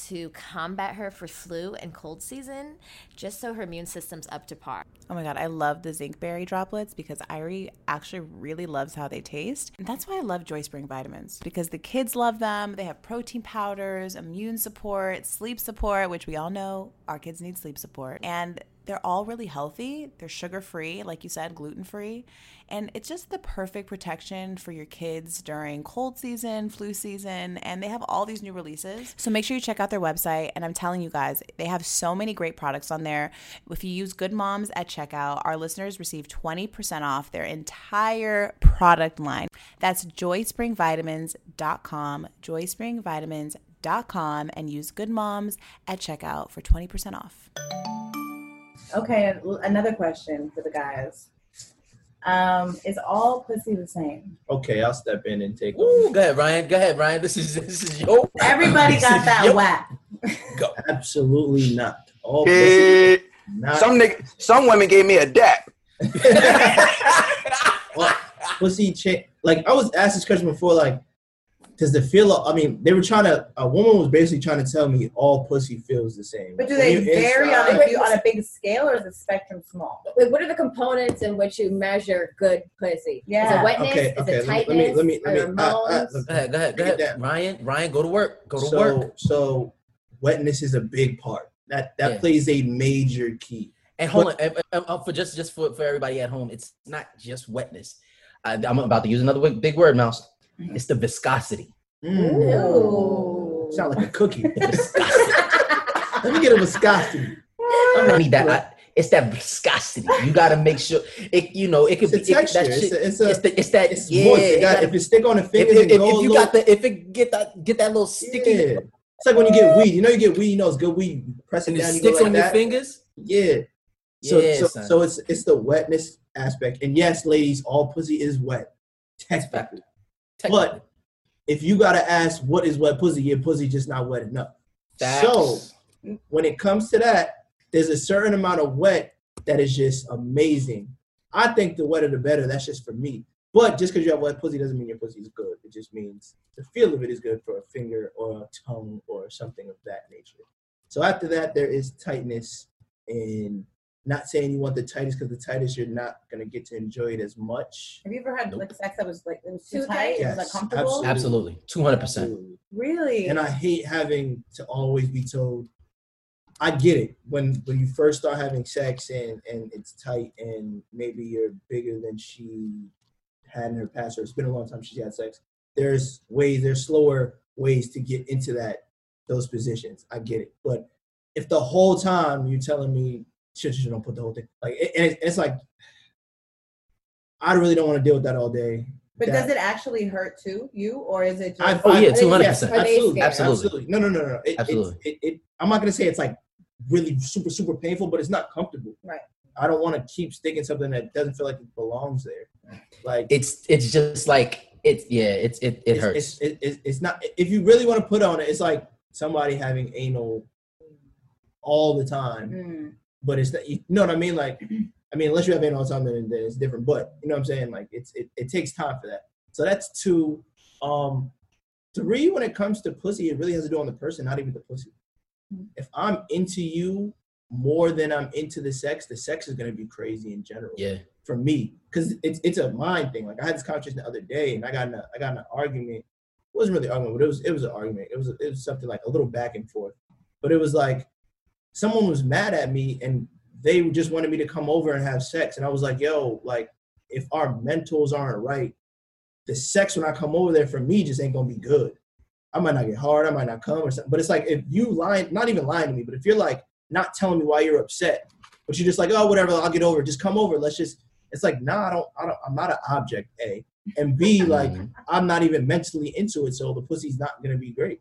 to combat her for flu and cold season, just so her immune system's up to par.
Oh my god, I love the zinc berry droplets because Irie actually really loves how they taste. And that's why I love Joy Spring vitamins because the kids love them. They have protein powders, immune support, sleep support, which we all know our kids need sleep support. And they're all really healthy. They're sugar free, like you said, gluten free. And it's just the perfect protection for your kids during cold season, flu season, and they have all these new releases. So make sure you check out their website. And I'm telling you guys, they have so many great products on there. If you use Good Moms at checkout, our listeners receive 20% off their entire product line. That's joyspringvitamins.com, joyspringvitamins.com, and use Good Moms at checkout for 20% off.
Okay, l- another question for the guys. Um, is all pussy the same?
Okay, I'll step in and take.
Ooh, go ahead, Ryan. Go ahead, Ryan. This is this is your.
Everybody
This
got
is
that
your-
whack.
Absolutely not. Oh,
Eh,
not.
Some nigga, some women gave me a dap.
pussy cha- Like I was asked this question before. Like, does the feel? Of, I mean, they were trying to. A woman was basically trying to tell me all pussy feels the same.
But do
When
they
you're
vary on
inside-
a, on a big scale or is the spectrum small?
Like, what are the components in which you measure good pussy? Is it wetness?
Okay, okay,
Is it
let
tightness?
me- let me- let me- uh,
Are there
I- I-
moans?
Go ahead, go ahead, go ahead. Ryan, Ryan, go to work. Go to
so,
work.
So wetness is a big part. That that
Yeah.
plays a major key.
And hold on, and- and- and for just just for, for everybody at home, it's not just wetness. I, I'm about to use another wi- big word, mouse.
Mm-hmm.
It's the viscosity.
Mm. Sound like a cookie. Let me get a viscosity.
I don't need that. I- it's that viscosity. You got to make sure it. You know, it could
It's
be
a
it,
texture.
that
It's
shit.
a- it's a-
it's the, it's that.
it's
yeah,
moist. It got-
gotta-
if it stick on the fingers
if,
and
if,
go
if
a
you got the, if it get that, get that little sticky.
It's like when you get weed. You know, you get weed. You know, it's good weed. You press it
And it
down. you
sticks
go like
on your
that.
fingers?
Yeah. So,
Yeah,
so,
son.
so it's it's the wetness aspect. And yes, ladies, all pussy is wet. Technically. But if you gotta ask what is wet pussy, your pussy just not wet enough. So
Facts.
when it comes to that, there's a certain amount of wet that is just amazing. I think the wetter the better. That's just for me. But just because you have wet pussy doesn't mean your pussy is good. It just means the feel of it is good for a finger or a tongue or something of that nature. So after that, there is tightness, and not saying you want the tightest because the tightest you're not gonna get to enjoy it as much.
Have you ever had like sex that was like it was too,
Too
tight?
tight?
It was
Yes,
uncomfortable?
Absolutely, two hundred percent.
Really?
And I hate having to always be told. I get it when when you first start having sex and and it's tight and maybe you're bigger than she had in her past or it's been a long time she's had sex. There's ways, there's slower ways to get into that those positions. I get it, but if the whole time you're telling me shit, you don't put the whole thing like, it- and it's- it's like I really don't want to deal with that all day.
But
That-
does it actually hurt too you or is it just
Oh,
I,
Oh,
Are
I-
they-
yes,
are they
Absolutely,
scared?
absolutely, No, no, no, no. It,
Absolutely.
It, it, it, I'm not gonna say it's like really super, super painful, but it's not comfortable.
Right.
I don't want to keep sticking something that doesn't feel like it belongs there. Like
It's it's just like it's yeah. It's it it
it's-
hurts.
It's, it, it's, it's not. If you really want to put on it, it's like somebody having anal all the
Mm-hmm.
time.
Mm.
Mm.
But it's that you know what I mean. Like, I mean, unless you have anal all the time, then, then it's different. But you know what I'm saying. Like, it's it, it takes time for that. So that's two. Um, three. When it comes to pussy, it really has to do on the person, not even the pussy. If I'm into you more than I'm into the sex, the sex is gonna be crazy in general
Yeah.
for me because it's it's a mind thing. Like I had this conversation the other day, and I got in a, I got in an argument. It wasn't really an argument, but it was it was an argument. It was it was something like a little back and forth, but it was like someone was mad at me and they just wanted me to come over and have sex, and I was like, yo, like if our mentals aren't right, the sex when I come over there for me just ain't gonna be good. I might not get hard, I might not come or something. But it's like if you lying, not even lying to me, but if you're like not telling me why you're upset, But you're just like, oh, whatever, I'll get over. it. Just come over. Let's just. It's like, nah, I don't. I don't I'm not an object. A and B, like I'm not even mentally into it, so the pussy's not gonna be great.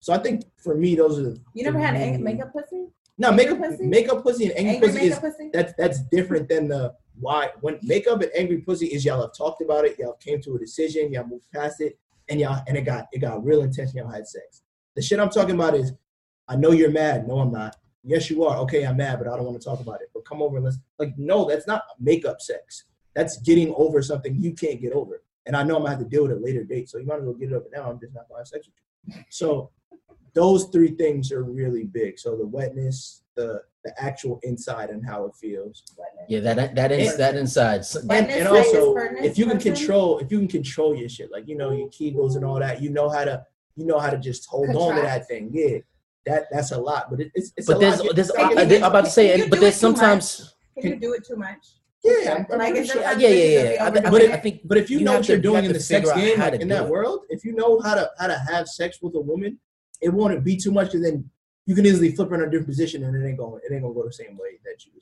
So I think for me, those are. the-
You never had
the
an-
main-
makeup pussy?
No,
Angry
makeup makeup pussy and angry,
Angry
pussy is
makeup pussy?
that's that's different than the why when makeup and angry pussy is y'all have talked about it, y'all came to a decision, y'all moved past it, and y'all and it got it got real intense, y'all had sex. The shit I'm talking about is I know you're mad. No, I'm not. Yes, you are. Okay, I'm mad, but I don't want to talk about it. But come over and let's like no, that's not makeup sex. That's getting over something you can't get over. And I know I'm gonna have to deal with it later date. So you might as well get it over now. I'm just not gonna have sex with you. So those three things are really big. So the wetness, the the actual inside and how it feels.
Yeah, that that is that inside. s-
And,
that-
and also, if you can control, if you can control your shit, like you know your kegels and all that, you know how to, you know how to just hold on to that
Contract.
thing. Yeah, that that's a lot, but it, it's it's
But
a
there's-
lot.
there's- I- I did- I'm about to say, Can you but do there's it too much? sometimes-
Can you do it too much?
Yeah,
I'm pretty sure-
yeah, yeah, yeah. I, I,
but,
I
if,
think,
but if you,
you
know
have
what
to-
you're
you
doing
have
in
to
the sex
figure out
game,
how
like,
to
in
do
that
it.
world, if you know how to how to have sex with a woman, it won't be too much, and then you can easily flip her in a different position, and it ain't going it ain't gonna go the same way that you.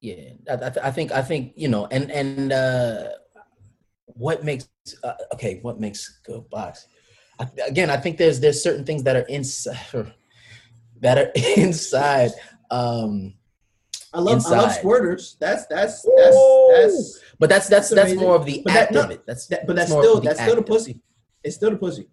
yeah I, I, I think i think you know and and uh what makes uh, okay what makes good box I, again i think there's there's certain things that are inside that are inside um
I love I love
Inside.
squirters. That's that's that's that's.
But that's- that's- that's
amazing.
more of the
But
act
that-
of it. That's-
that- but
that's
that's
more
still
of the
that's still the
act of
pussy. It's still the pussy.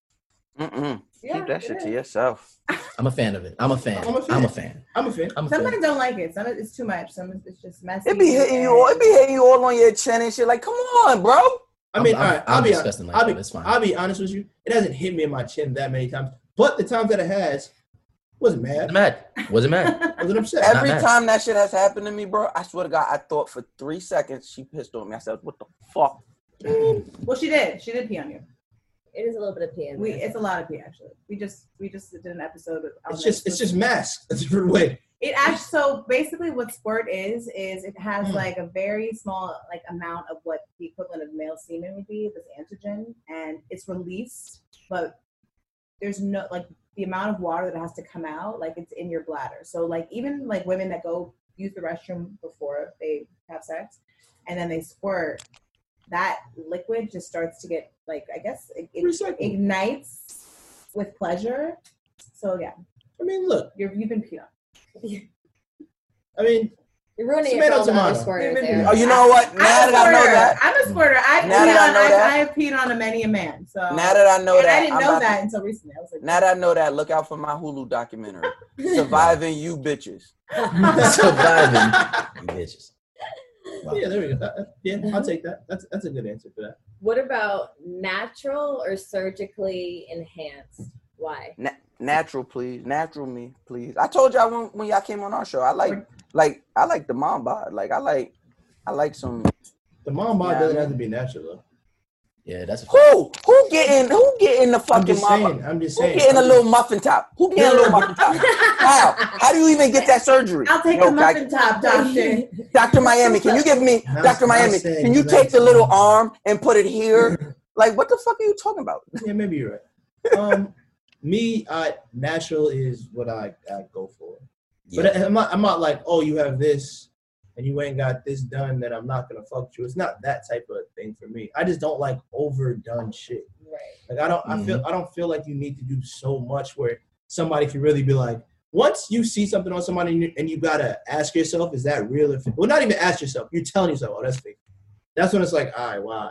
Mm-mm.
Yeah,
Keep that
it
shit to
is.
yourself.
i'm a fan of it i'm a fan
I'm a fan.
i'm a fan
I'm a fan.
i'm a
Some
fan
men don't like it. Some it's too much. Some it's just messy.
It be hitting you. all- It be hitting you all on your chin and shit. Like, come on, bro.
I mean, all
I'm- I'm-
right, I'll
I'm
be honest.
disgusting like
I'll
that,
be,
it's fine.
I'll be honest with you. It hasn't hit me in my chin that many times, but the times that it has, wasn't mad.
Mad. Wasn't mad.
wasn't upset.
Every time that shit has happened to me, bro, I swear to God, I thought for three seconds she pissed on me. I said, "What the fuck?"
Well, she did. She did pee on you.
It is a little bit of pee. in
We
there.
it's a lot of pee actually. We just we just did an episode of.
It's just it's just masked. That's a different way.
It actually so basically what squirt is is it has like a very small like amount of what the equivalent of male semen would be this antigen and it's released but there's no like the amount of water that has to come out like it's in your bladder so like even like women that go use the restroom before they have sex and then they squirt that liquid just starts to get like I guess it, it ignites with pleasure so yeah
I mean look
you're, you've been peed on.
I mean,
you're ruining it for
Tomato,
all the other
tomato.
squirters
Maybe-
there.
Oh, you know what? Now
I'm a
that I know
squirter.
that,
I'm a squirter. I peed
Now that I
on.
know
I,
that-
I have peed on a many a man. So
Now that I know
and
that,
I didn't
I'm
know
about
that
to-
until recently. I was like,
now that I know that, look out for my Hulu documentary, "Surviving You Bitches."
surviving you bitches
Yeah, there we go. That- that- yeah, I'll take that. That's that's a good answer for that.
What about natural or surgically enhanced? Why?
Na- natural, please. Natural me, please. I told y'all when, when y'all came on our show, I like like I like the mom bod. Like I like I like some.
The mom bod doesn't have to be natural though.
Yeah, that's
Who who getting who getting the fucking
just
mom?
saying,
bod?
I'm just
who
saying.
getting a
I'm
little
just-
muffin top? Who getting a little muffin top?
Oh.
How how do you even get that surgery?
I'll take
Yo,
a
can I-
muffin top, doctor.
Dr. Miami, can you give me
Not-
Dr.
not
Miami?
saying
Can you
that.
take the little arm and put it here? Like what the fuck are you talking about?
Yeah, maybe you're right. Um, me, I natural is what I, I go for. But I'm not I'm not like oh you have this and you ain't got this done that I'm not gonna fuck you. It's not that type of thing for me. I just don't like overdone shit. Like I don't I feel I don't feel like you need to do so much where somebody can really be like once you see something on somebody and you, and you gotta ask yourself is that real or fake? Well, not even ask yourself. You're telling yourself oh that's fake. That's when it's like all right wow.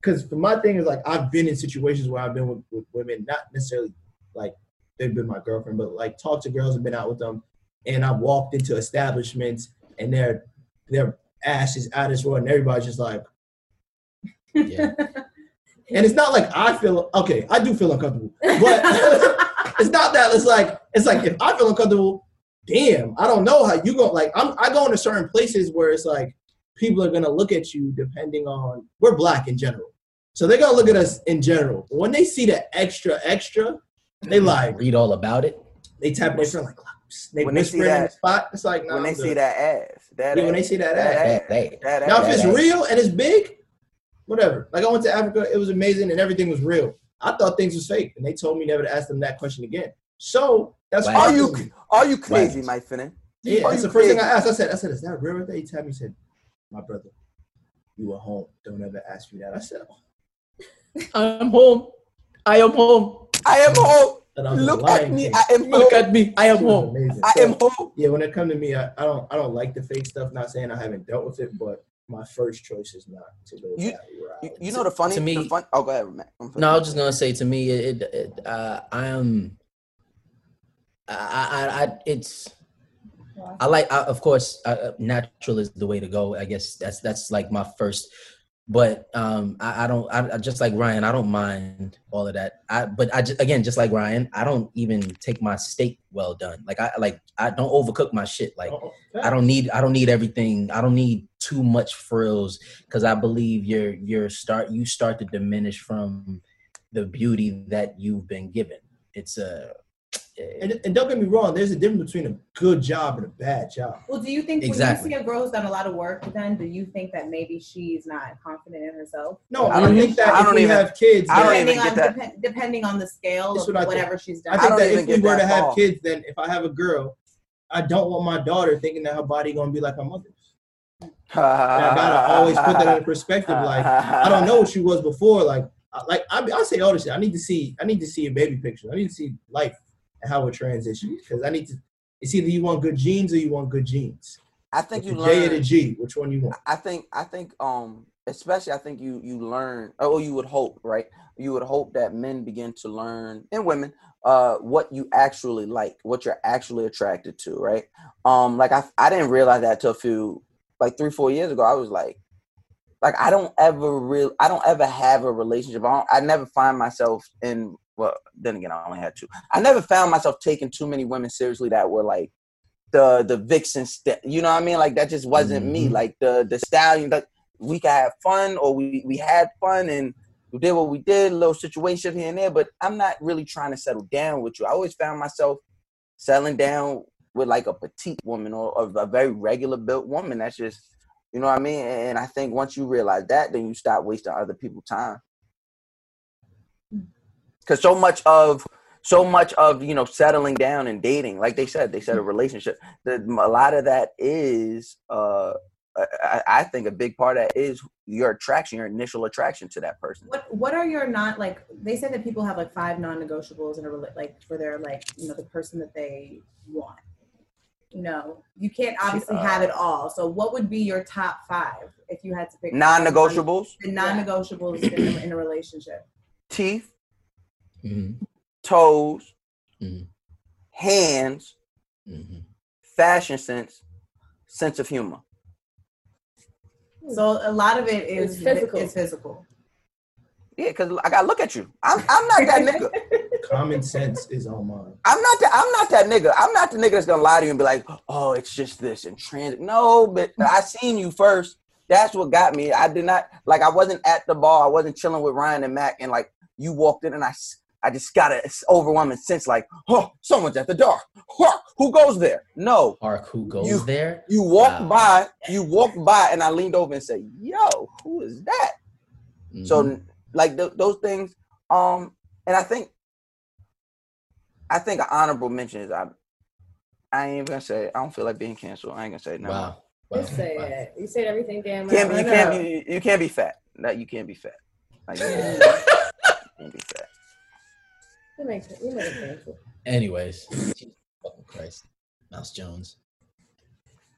Because my thing is like I've been in situations where I've been with, with women not necessarily like they've been my girlfriend, but like talked to girls and been out with them, and I've walked into establishments and their their ass is out of this world, and everybody's just like, and it's not like I feel okay. I do feel uncomfortable, but it's not that. It's like it's like if I feel uncomfortable, damn, I don't know how you go. Like I'm, I go into certain places where it's like people are gonna look at you depending on we're black in general, so they're gonna look at us in general. When they see the extra extra, they
Mm-hmm.
like
read all about it.
They tap their friend like they
When they see
whisper in the
that-
spot. It's like nah,
when they
I'm
see
good.
that ass, that
yeah, when
ass,
they see that, ass.
that
ass,
that ass,
now if it's
that ass.
real and it's big, whatever. Like I went to Africa, it was amazing and everything was real. I thought things was fake, and they told me never to ask them that question again. So that's
Are you are you crazy, Mike Finnan?
Yeah,
Are
that's
you
the first thing I
kidding?
asked. I said, I said, is that real right there? He tapped me. He said, my brother, you were home. Don't ever ask me that. I said, oh.
I'm home. I am home.
I am home.
And I was
Look
lying
at me.
case.
I am Look home. at me. I am
She was
home.
amazing.
I
So,
am home.
Yeah, when it comes to me, I, I don't I don't like the fake stuff. Not saying I haven't dealt with it, but my first choice is not to go
You-
that route.
You, you know the funny,
To me-
the fun. Oh, go ahead, Matt. I'm
No, I was just gonna say to me, it, it, it uh, I am, I, I, I it's, I like, I, of course, I, uh, natural is the way to go. I guess that's that's like my first, but um, I, I don't, I, I just like Ryan, I don't mind all of that. I, but I ju- again, just like Ryan, I don't even take my steak well done. Like I like, I don't overcook my shit. Like
Oh,
I don't need I don't need everything. I don't need too much frills because I believe your your start you start to diminish from the beauty that you've been given. It's a
And, and don't get me wrong, there's a difference between a good job and a bad job.
Well, do you think
Exactly.
when you see a girl who's done a lot of work, then do you think that maybe she's not confident in herself?
No, I don't think that if we have kids, then-
depending on, depen- depending on the scale
That's
of
what I think.
whatever she's done.
I think that if we were to have kids, then if I have a girl, I don't want my daughter thinking that her body gonna be like her mother's. And I gotta always put that in perspective. Like I don't know what she was before. Like I- like I, I say all this shit. I need to see I need to see a baby picture. I need to see life and how it transitions because I need to. It's either you want good genes or you want good genes.
I think
With
you
the J or the
learn-
G. Which one you want?
I think I think um especially I think you you learn oh you would hope right you would hope that men begin to learn and women uh what you actually like what you're actually attracted to right um like I I didn't realize that till a few like three four years ago I was like like I don't ever real I don't ever have a relationship I don't, I never find myself in well then again I only had two I never found myself taking too many women seriously that were like the the vixen st- you know what i mean like that just wasn't me like the the stallion like we could have fun or we we had fun and we did what we did a little situation here and there but i'm not really trying to settle down with you i always found myself settling down with like a petite woman or, or a very regular built woman that's just you know what i mean and i think once you realize that then you stop wasting other people's time because so much of so much of you know settling down and dating like they said they said a relationship the, a lot of that is uh I- I, I think a big part of that is your attraction your initial attraction to that person
What What are your not like? They say that people have like five non-negotiables in a rela- like for their like you know the person that they want. You know, you can't obviously
uh,
have it all. So, what would be your top five if you had to pick
Non-negotiables?
The non-negotiables in, a, in a relationship.
teeth
eh, mm-hmm,
toes hands
mm-hmm.
fashion sense sense of humor
So a lot of it is
Hmm. It's physical.
It's physical.
yeah because i gotta look at you i'm, I'm not that nigga
Common sense is on mine.
I'm not that. I'm not that nigga. I'm not the nigga that's gonna lie to you and be like, "Oh, it's just this and transit." No, but I seen you first. That's what got me. I did not like. I wasn't at the bar. I wasn't chilling with Ryan and Mac. And like, you walked in, and I, s- I just got an overwhelming sense like, "Oh, someone's at the door. Hark, who goes there?" No.
Hark, who goes
you,
there?
You walked by. You walked by, and I leaned over and said, "Yo, who is that?"
Mm-hmm.
So like th- those things. Um, and I think I think an honorable mention is I. I ain't even gonna say. It. I don't feel like being canceled. I ain't gonna say it. No.
Wow.
Just say it. You said everything damn well.
Can't be, you
I
can't
know.
be. You can't be fat. No, you can't be fat. Like, you can't, you can't be fat.
You make it. You make it.
anyways, Jesus fucking Christ, Mouse Jones.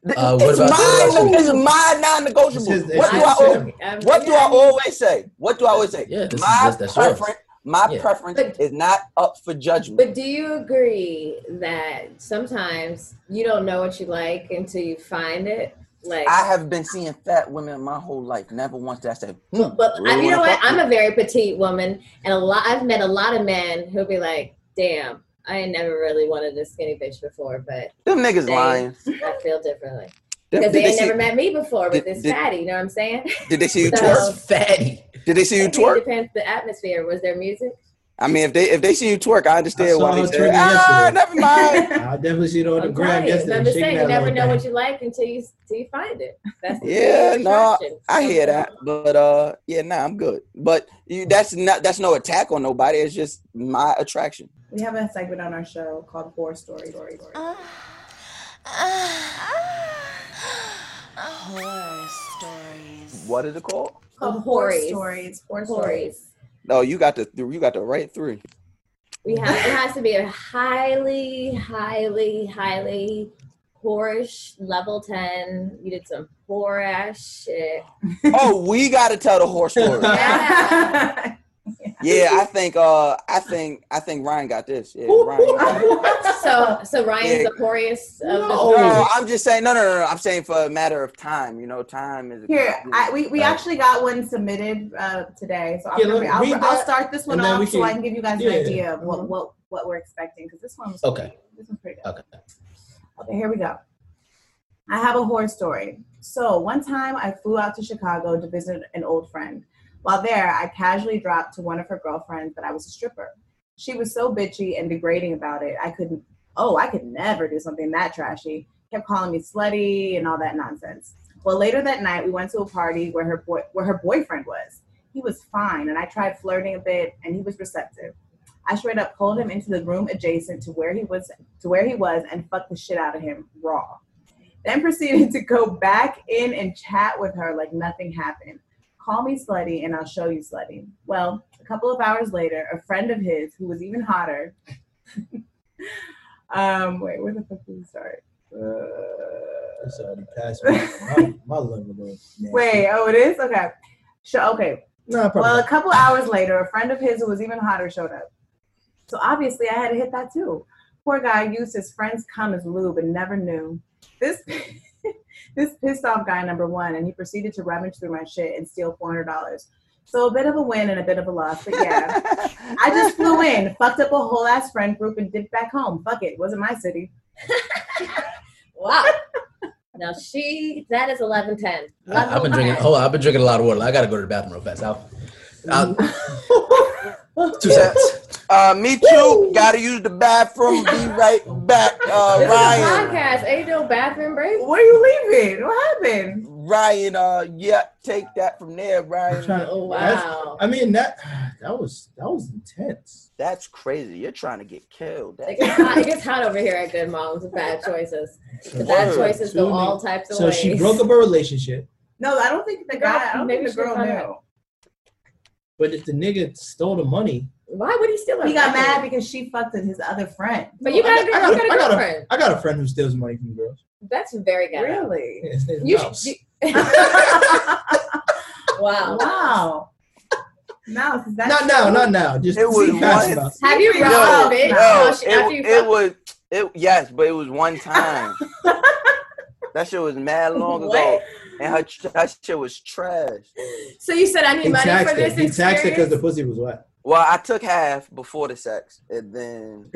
it's
you?
mine. It's my non-negotiable.
This is-
what do I? Um,
this is-
al- What do I always say? What do I always say?
Yeah, this
my
is- that's- that's yours.
preference. My preference is not up for judgment.
But do you agree that sometimes you don't know what you like until you find it? Like
I have been seeing fat women my whole life. Never once did I say, hmm,
But I,
really
you know
wanna
what?
fuck
I'm
with
a very petite woman, and a lot. I've met a lot of men who'll be like, "Damn, I ain't never really wanted a skinny bitch before, but
Them niggas
they-
lying.
I feel differently
Them-
because
did
they
they
ain't
see-
never met me before with
did-
this
did-
fatty. You know what I'm saying?
Did they see you
So-
twerk?
Fatty.
Did they see you
It
twerk?
depends the atmosphere. Was there music?
I mean, if they if they see you twerk, I understand
saw
why
her
they say,
twerking
ah,
yesterday.
never mind.
I definitely see it on the gram
Right.
yesterday.
I'm just
shaking
saying, you
that
never
little
know
thing.
what you like until you until you find it. That's the
Yeah,
theory of
no,
attraction.
I hear that, but uh, yeah, nah, I'm good. But you, that's not that's no attack on nobody. It's just my attraction.
Uh, We have a segment on our show called Horror Story. Story, story.
Horror stories.
What is it called?
Called horror
Horror Stories.
stories. Horror
Horror
stories.
No, you got the you got the right three.
We have it has to be a highly, highly, highly horish level ten. You did some horror ass shit.
oh, we gotta tell the horse story. yeah, I think uh I think I think Ryan got this. Yeah, Ryan. got it.
so so Ryan's
Yeah.
the horiest of the
Oh.
No, no, I'm just saying no no no no I'm saying for a matter of time, you know, time is Uh,
Here, I, we, we actually got one submitted uh, today, so I'm
Yeah,
gonna,
let me
I'll,
read
I'll
that,
start this one
and then
off
we
so I
can-
can give you guys
yeah.
an idea of what, what, what we're expecting because this one was
Mm-hmm. Okay.
This one's pretty good.
Okay.
Okay, here we go. I have a horror story. So one time I flew out to Chicago to visit an old friend. While there, I casually dropped to one of her girlfriends that I was a stripper. She was so bitchy and degrading about it. I couldn't, oh, I could never do something that trashy. Kept calling me slutty and all that nonsense. Well, later that night, we went to a party where her boy, where her boyfriend was. He was fine, and I tried flirting a bit, and he was receptive. I straight up pulled him into the room adjacent to where he was to where he was and fucked the shit out of him raw. Then proceeded to go back in and chat with her like nothing happened. Call me slutty and I'll show you slutty. Well, a couple of hours later, a friend of his who was even hotter. um, wait, where the fuck did we start? Uh,
It's already past me. my, my level of nasty.
Wait, oh, it is? Okay. Sure, okay.
No, probably
well, a
not.
couple hours later, a friend of his who was even hotter showed up. So obviously, I had to hit that too. Poor guy used his friend's cum as lube and never knew. This this pissed off guy number one, and he proceeded to rummage through my shit and steal four hundred dollars. So a bit of a win and a bit of a loss, but yeah, I just flew in, fucked up a whole ass friend group, and dipped back home. Fuck it, wasn't my city.
Wow. now she that is eleven ten.
I, have been drinking. Hold on, I've been drinking a lot of water. I gotta go to the bathroom real fast. I'll, I'll, two seconds.
Uh, me too. Gotta use the bathroom. Be right back. Uh,
This
Ryan.
is a podcast. Ain't no bathroom break.
Where you leaving? What happened?
Ryan. Uh, yeah. Take that from there, Ryan.
oh
That's- I mean that that was that was intense.
That's crazy. You're trying to get killed.
It
That's
gets hot, it gets hot over here at Good Moms with bad choices. The bad
Word.
choices
Excuse
go
me.
all types of
So
ways.
she broke up her relationship,
No, I don't think the guy. I don't
Maybe
think
she
the girl
found
knew.
out.
but if the nigga stole the money,
Why would he steal her?
He got
money?
mad because she fucked with his other friend.
But you got a
I
girl.
got, a-
You got a
I got
girlfriend.
a, I got a friend who steals money from girls.
That's very good.
Really?
Yeah, his name's
You
Mouse.
should. you- wow.
Wow. No, that's
not now, not now. Just
It was
see, that's
one-
Mouse.
Have you
Yo,
robbed a bitch?
No,
after after you
it, it was. It yes, but it was one time. that shit was mad long ago,
What?
and her tr- that shit was trash.
So you said I need
He
money
taxed
for this
it. He
experience.
taxed it because the pussy was wet.
Well, I took half before the sex, and then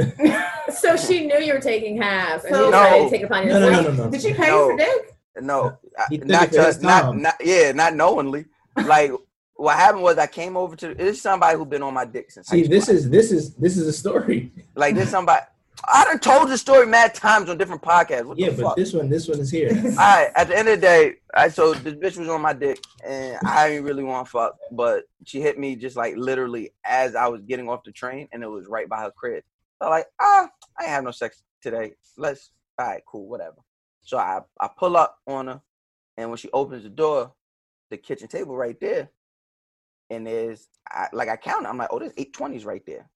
so she knew you were taking half, and
So-
you decided
No.
to take it upon
No,
yourself.
no, no, no, no.
Did she pay
No.
for dick?
no, I-
He took
not
it for his
just not,
time.
not yeah, not knowingly. Like what happened was I came over to this is somebody who been on my dick since.
See,
high
this
school.
is this is this is a story.
like this somebody. I done told the story mad times on different podcasts. What
Yeah,
the
but
fuck?
this one, this one is here.
All right. At the end of the day, I so this bitch was on my dick, and I didn't really want to fuck, but she hit me just like literally as I was getting off the train, and it was right by her crib. So like, ah, I ain't have no sex today. Let's, all right, cool, whatever. So I I pull up on her, and when she opens the door, the kitchen table right there, and there's I, like I counted, I'm like, oh, there's eight twenties right there.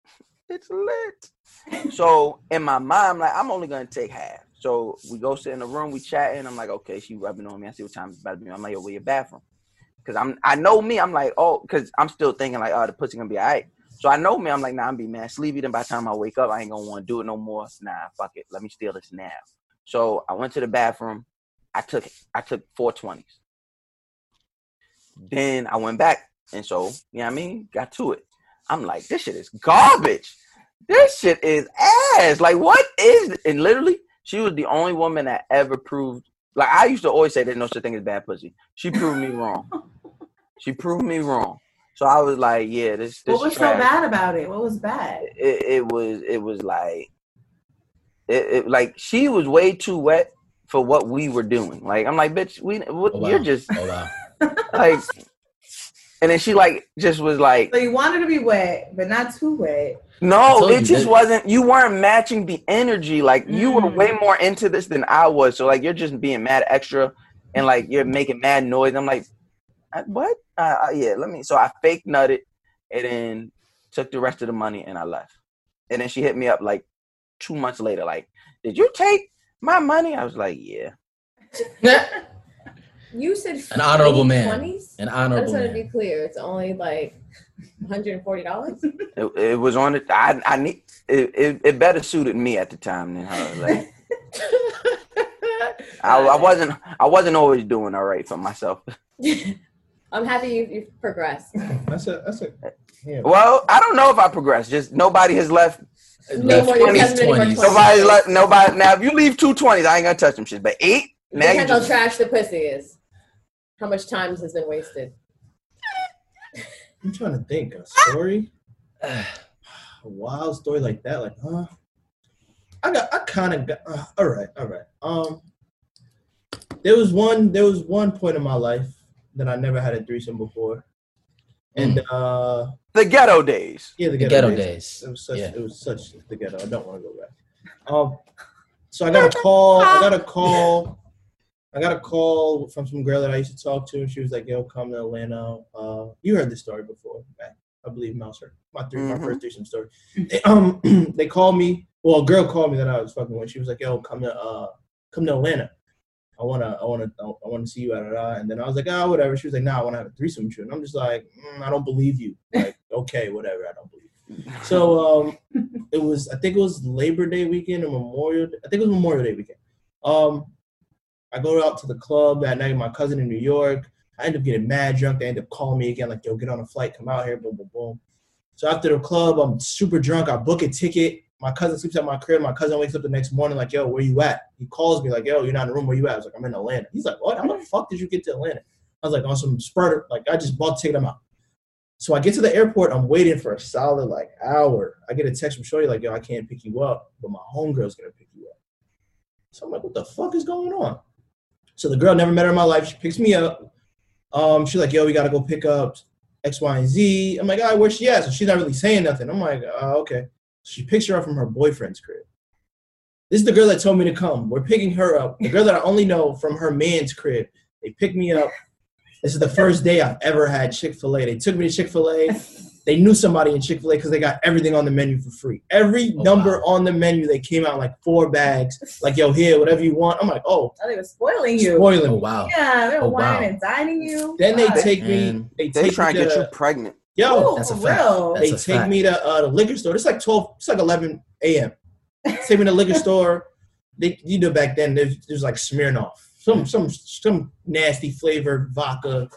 it's lit. So in my mind, I'm like, I'm only gonna take half. So we go sit in the room, we chatting. I'm like, okay, she rubbing on me. I see what time it's about to be. I'm like, yo, where your bathroom? Cause I'm, I know me. I'm like, oh, cause I'm still thinking like, oh, the pussy gonna be alright. So I know me. I'm like, nah, I'm be mad sleepy. Then by the time I wake up, I ain't gonna want to do it no more. Nah, fuck it. Let me steal this now. So I went to the bathroom. I took, I took four twenties. Then I went back, and so you know what I mean. Got to it. I'm like, this shit is garbage. This shit is ass. Like, what is? th- And literally, she was the only woman that ever proved. Like, I used to always say there's no such thing as bad pussy. She proved me wrong. She proved me wrong. So I was like, yeah, this. this
What was so
trash.
bad about it? What was bad?
It, it was. It was like. It, it like she was way too wet for what we were doing. Like I'm like, bitch, we what,
Oh, wow.
you're just
Oh wow.
like And then she like just was like,
So you wanted to be wet, but not too wet.
no,
told
it
you,
just
didn't I?
wasn't. You weren't matching the energy. Like you were way
Mm.
more into this than I was. So like you're just being mad extra, and like you're making mad noise. I'm like, I- what? Uh, uh, yeah, let me. So I fake nutted, and then took the rest of the money and I left. And then she hit me up like two months later. Like, did you take my money? I was like, yeah.
You said
An honorable man.
20s?
An honorable
I just want to
man.
be clear. It's only like $140.
It, it was on it. I I need it, it. It better suited me at the time than her. Like, I, I wasn't. I wasn't always doing all right for myself.
I'm happy you, you've progressed.
That's a that's a yeah.
Well, I don't know if I progressed. Just nobody has left.
Nobody has left any more 20s.
Nobody's left. Nobody. Now, if you leave two twenties, I ain't gonna touch them shit. But eight. Now you
Depends how
just,
trash the pussy is. How much time has been wasted?
I'm trying to think a
Ah!
story, a wild story like that. Like, huh? I got, I kind of got. Uh, all right, all right. Um, there was one, there was one point in my life that I never had a threesome before, and uh,
the ghetto days.
Yeah, the
Hmm. The
ghetto,
ghetto days.
It was such,
Yeah.
it was such the ghetto. I don't want to go back. Um, so I got a call. I got a call. I got a call from some girl that I used to talk to, and she was like, "Yo, come to Atlanta." Uh, you heard this story before, right? I believe Mouse heard my 3
Mhm.
my first threesome story. They, um, they called me. Well, a girl called me that I was fucking with. She was like, "Yo, come to uh, come to Atlanta. I wanna, I wanna, I wanna see you." Da, da, da. And then I was like, "Ah, whatever." She was like, "Nah, I wanna have a threesome with you." And I'm just like, mm, "I don't believe you." Like, okay, whatever. I don't believe. You. So um, it was. I think it was Labor Day weekend or Memorial. I think it was Memorial Day weekend. Um, I go out to the club that night. My cousin in New York. I end up getting mad drunk. They end up calling me again, like, "Yo, get on a flight, come out here." Boom, boom, boom. So after the club, I'm super drunk. I book a ticket. My cousin sleeps at my crib. My cousin wakes up the next morning, like, "Yo, where you at?" He calls me, like, "Yo, you're not in the room. Where you at?" I was like, "I'm in Atlanta." He's like, "What? How the fuck did you get to Atlanta?" I was like, "On some spurter. Like, I just bought the ticket. I'm out." So I get to the airport. I'm waiting for a solid like hour. I get a text from Shorty like, "Yo, I can't pick you up, but my homegirl's gonna pick you up." So I'm like, "What the fuck is going on?" So the girl never met her in my life. She picks me up. Um, she's like, "Yo, we gotta go pick up X, Y, and Z." I'm like, "All right, where she at?" So she's not really saying nothing. I'm like, uh, "Okay." She picks her up from her boyfriend's crib. This is the girl that told me to come. We're picking her up. The girl that I only know from her man's crib. They pick me up. This is the first day I've ever had Chick fil A. They took me to Chick fil A. They knew somebody in Chick fil A because they got everything on the menu for free. Every number on the menu, they came out like four bags. Like, yo, here, whatever you want. I'm like, oh,
Oh, they were spoiling you.
Spoiling. Oh, wow.
Yeah, they were
Oh, wow.
whining and dining you.
Then they
Fuck.
take me.
Man,
They,
they
take
trying
me
to get
to-
you pregnant.
Yo,
Ooh, That's a for fact. real?
They
That's a
take
fact.
me to uh, the liquor store. It's like twelve. It's like eleven a.m. take me to the liquor store. They, you know, back then there's, there's like Smirnoff, some some some nasty flavored vodka,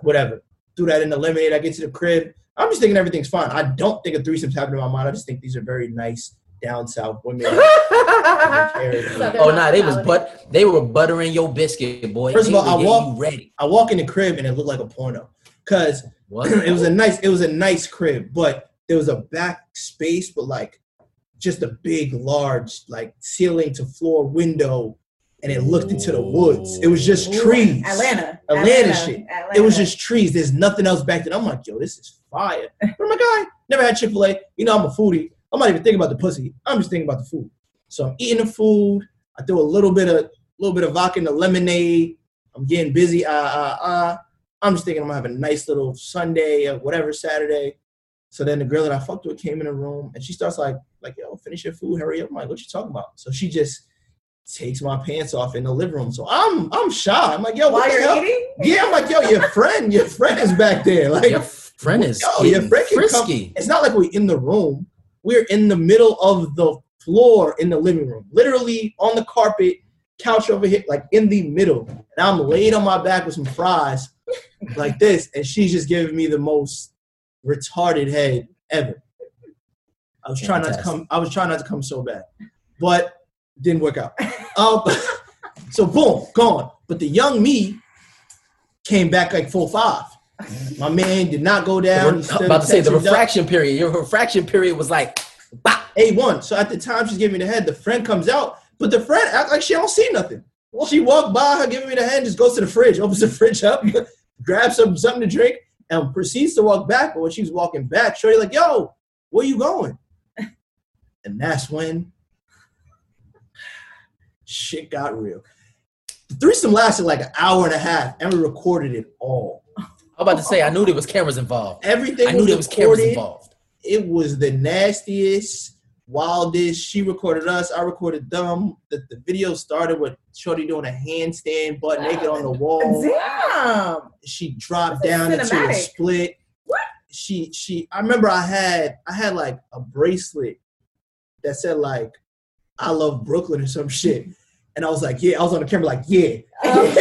whatever. Threw that in the lemonade. I get to the crib. I'm just thinking everything's fine. I don't think a threesome's happening in my mind. I just think these are very nice down south women.
Oh, nah, they was but they were buttering your biscuit, boy.
First of
They
all, I
were getting
walk.
you ready.
I walk in the crib and it looked like a porno, cause
What?
it was a nice. It was a nice crib, but there was a back space, but like just a big, large, like ceiling to floor window, and it looked into the woods. It was just
Ooh,
trees.
Atlanta.
Atlanta,
Atlanta,
shit. It
Atlanta.
was just trees. There's nothing else back then. I'm like, yo, this is fire. But I'm a guy. Never had Chick Fil A. You know, I'm a foodie. I'm not even thinking about the pussy. I'm just thinking about the food. So I'm eating the food. I throw a little bit of little bit of vodka in the lemonade. I'm getting busy. Ah ah ah. I'm just thinking I'm gonna have a nice little Sunday or whatever Saturday. So then the girl that I fucked with came in the room and she starts like like yo finish your food hurry up I'm like what you talking about so she just takes my pants off in the living room so I'm I'm shy I'm like yo what
While
the
you're
hell?
eating?
yeah I'm like yo your friend your friend is back there like your
friend is
yo your
getting
friend can
frisky.
come it's not like we're in the room we're in the middle of the floor in the living room literally on the carpet couch over here like in the middle and I'm laid on my back with some fries like this and she's just giving me the most retarded head ever. I was trying not to come. I was trying not to come so bad, but didn't work out. Um, so boom, gone. But the young me came back like full five. My man did not go
They were
down. He stood
about to say the
attention up.
refraction period. Your refraction period was like
A one. So at the time she's giving me the head, the friend comes out, but the friend act like she don't see nothing. She walked by her, giving me the hand, just goes to the fridge, opens the fridge up, grabs some something to drink, and proceeds to walk back. But when she's walking back, Shorty like, "Yo, where you going?" and that's when shit got real. The threesome lasted like an hour and a half, and we recorded it all.
I'm about to say I knew there was cameras involved.
Everything
I knew
was
there was cameras
recorded.
involved.
It was the nastiest, wildest. She recorded us. I recorded them. The, the video started with Shorty doing a handstand, butt naked on the wall.
Damn.
She dropped
This is
down into a
cinematic.
split. What? She she. I remember I had I had like a bracelet that said like I love Brooklyn or some shit. And I was like, yeah, I was on the camera like, yeah.
Um,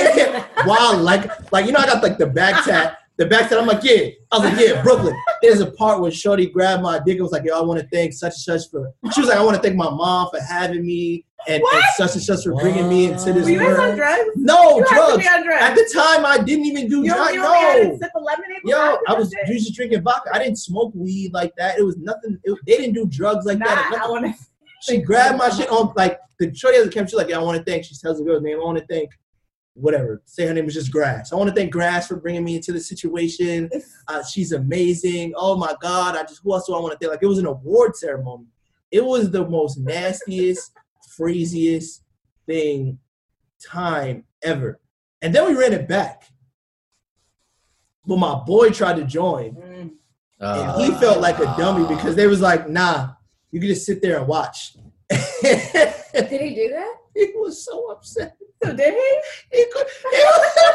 wow, like like you know, I got like the back tap. The back tap, I'm like, yeah. I was like, yeah, Brooklyn. There's a part where Shorty grabbed my dick and was like, yo, I want to thank such and such for she was like, I want to thank my mom for having me and, and such and such for bringing me into this
Were you guys
world.
on drugs?
No,
You had to
drugs.
be on drugs.
At the time I didn't even do
You,
drugs.
you
no.
only had a sip of lemonade.
Yo, I was usually drinking vodka. I didn't smoke weed like that. It was nothing. It, they didn't do drugs like that. or nothing. she grabbed my shit on like the shorty has a camera. She's like, "Yeah, I want to thank." She tells the girl's name. I want to thank, whatever. Say her name was just Grass. I want to thank Grass for bringing me into the situation. Uh, she's amazing. Oh my God! I just who else do I want to thank? Like it was an award ceremony. It was the most nastiest, craziest thing time ever. And then we ran it back. But my boy tried to join.
Uh, Oh,
And he felt like a dummy because they was like, nah, you can just sit there and watch.
Did he do that?
He was so upset.
So did he?
He could. He was,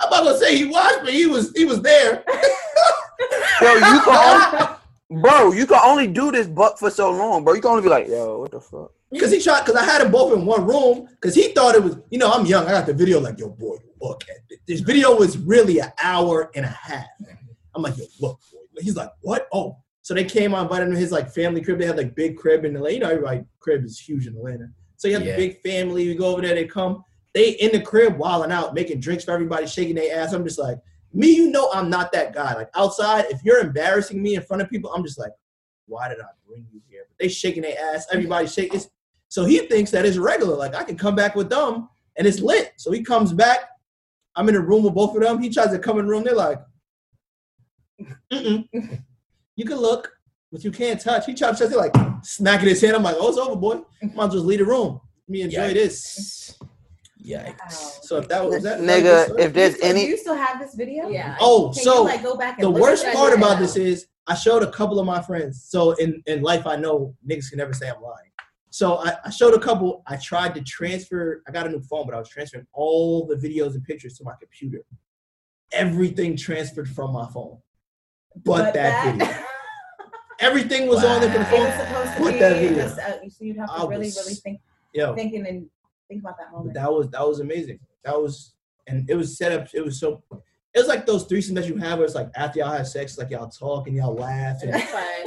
I'm not gonna say he watched, but he was he was there.
Yo, you can only, bro, you can only do this buck for so long, bro. You can only be like, yo, what the fuck?
Cause he tried, cause I had them both in one room. Cause he thought it was, you know, I'm young. I got the video like, yo, boy, look at this. This video was really an hour and a half. I'm like, yo, look, boy. He's like, what? Oh, so they came. I invited him to his like family crib. They had like big crib in Atlanta. You know, everybody crib is huge in Atlanta. So you have
Yeah.
the big family. We go over there. They come. They in the crib, wilding out, making drinks for everybody, shaking their ass. I'm just like, me, you know, I'm not that guy. Like outside, if you're embarrassing me in front of people, I'm just like, why did I bring you here? But they shaking their ass. Everybody shaking. It's, so he thinks that it's regular. Like I can come back with them and it's lit. So he comes back. I'm in a room with both of them. He tries to come in the room. They're like, Mm-mm. you can look, but you can't touch. He tries to they're like smacking his hand. I'm like, oh, it's over, boy. Might as well leave the room. Let me enjoy this.
Yikes.
So if that was that,
Nigga, if there's
Do
any
you still have this video? Yeah.
Oh,
Can
so
you, like, go back and
the
look
worst
at that
part
right
about
now?
this is I showed a couple of my friends. So in, in life, I know niggas can never say I'm lying. So I, I showed a couple. I tried to transfer. I got a new phone, but I was transferring all the videos and pictures to my computer. Everything transferred from my phone, but, that, video. Everything was on there for the
It
phone.
was supposed to
but
be
that video.
just, uh, so you'd have to
I
really,
was-
really think,
Yo.
thinking and think about that moment.
But that was that was amazing. That was and it was set up. It was so. It was like those threesomes that you have where it's like after y'all have sex, like y'all talk and y'all laugh and,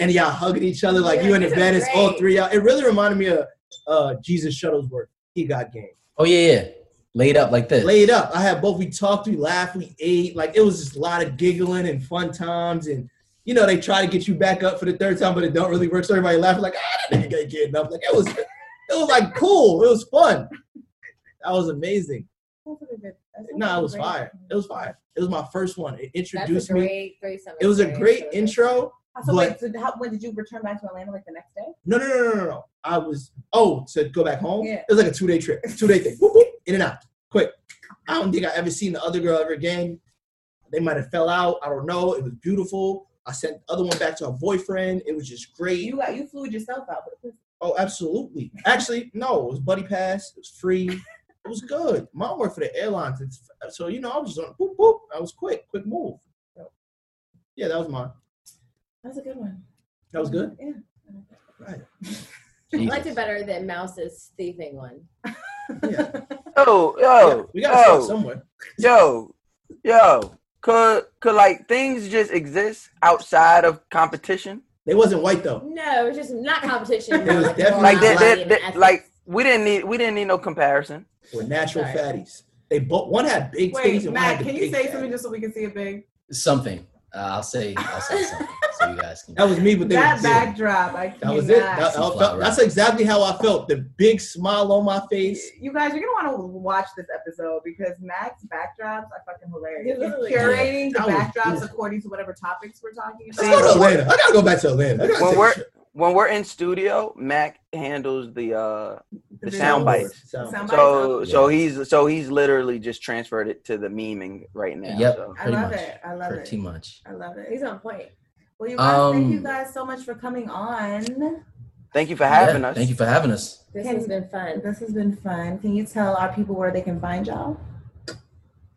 and y'all hugging each other like you in the bed. It's all three y'all. It really reminded me of uh, Jesus Shuttlesworth. He got game.
Oh yeah, yeah. Laid up like this.
Laid up. I had both. We talked. We laughed. We ate. Like it was just a lot of giggling and fun times. And you know they try to get you back up for the third time, but it don't really work. So everybody laughing like ah, that nigga ain't getting up. Like it was, it was like cool. It was fun. That was amazing. No, it was fire.
Mm-hmm.
It was fire. It was my first one. It introduced
That's a
me.
great threesome.
It was a
experience.
great intro.
So
But
wait, so how, when did you return back to Atlanta? Like the next day?
no, no, no, no, no, no. I was oh to go back home.
Yeah.
It was like a two day trip, two day thing. Whoop, whoop, in and out, quick. I don't think I ever seen the other girl ever again. They might have fell out. I don't know. It was beautiful. I sent the other one back to her boyfriend. It was just great.
You got you flew yourself out for the pussy.
Oh, absolutely. Actually, no, it was buddy pass. It was free. It was good. Mom worked for the airlines, it's, so you know I was just on boop boop. I was quick, quick move. Yeah, that was mine.
That was a good one.
That was good.
Yeah.
Right.
I liked it better than Mouse's thieving one.
Yo, yo,
we
gotta start
yo,
somewhere.
Yo, yo, could could like things just exist outside of competition?
They wasn't white though.
No, it was just not competition.
It was definitely
like that.
black.
that- that- like we didn't need we didn't need no comparison.
Were natural fatties. They both one had big titties
Wait,
and one
Matt,
had the
can you
big
say something just so we can see it big?
Something. Uh, I'll say I'll say something so you guys can.
That was me, but they
That
were dead.
backdrop, I
That was it.
cannot-
That- I felt- that's exactly how I felt. The big smile on my face.
you guys, you're gonna want to watch this episode because Matt's backdrops are fucking hilarious.
They're
He's
literally-
curating the
That was
backdrops
beautiful.
according to whatever topics we're talking
Let's go to
about.
Atlanta. I gotta go back to Atlanta. I gotta
When
take
we're when we're in studio, Mac handles the uh the
The
sound
sound
bites.
bites. Sound
So
bites.
so he's so he's literally just transferred it to the memeing right now.
Yep,
so.
I love it. I love
Pretty
it.
much.
I love it.
He's on point.
Well, you guys, thank you
Um,
guys so much for coming on.
Thank you for having
Yeah,
us.
Thank you for having us.
This has been fun.
This has been fun. Can you tell our people where they can find y'all?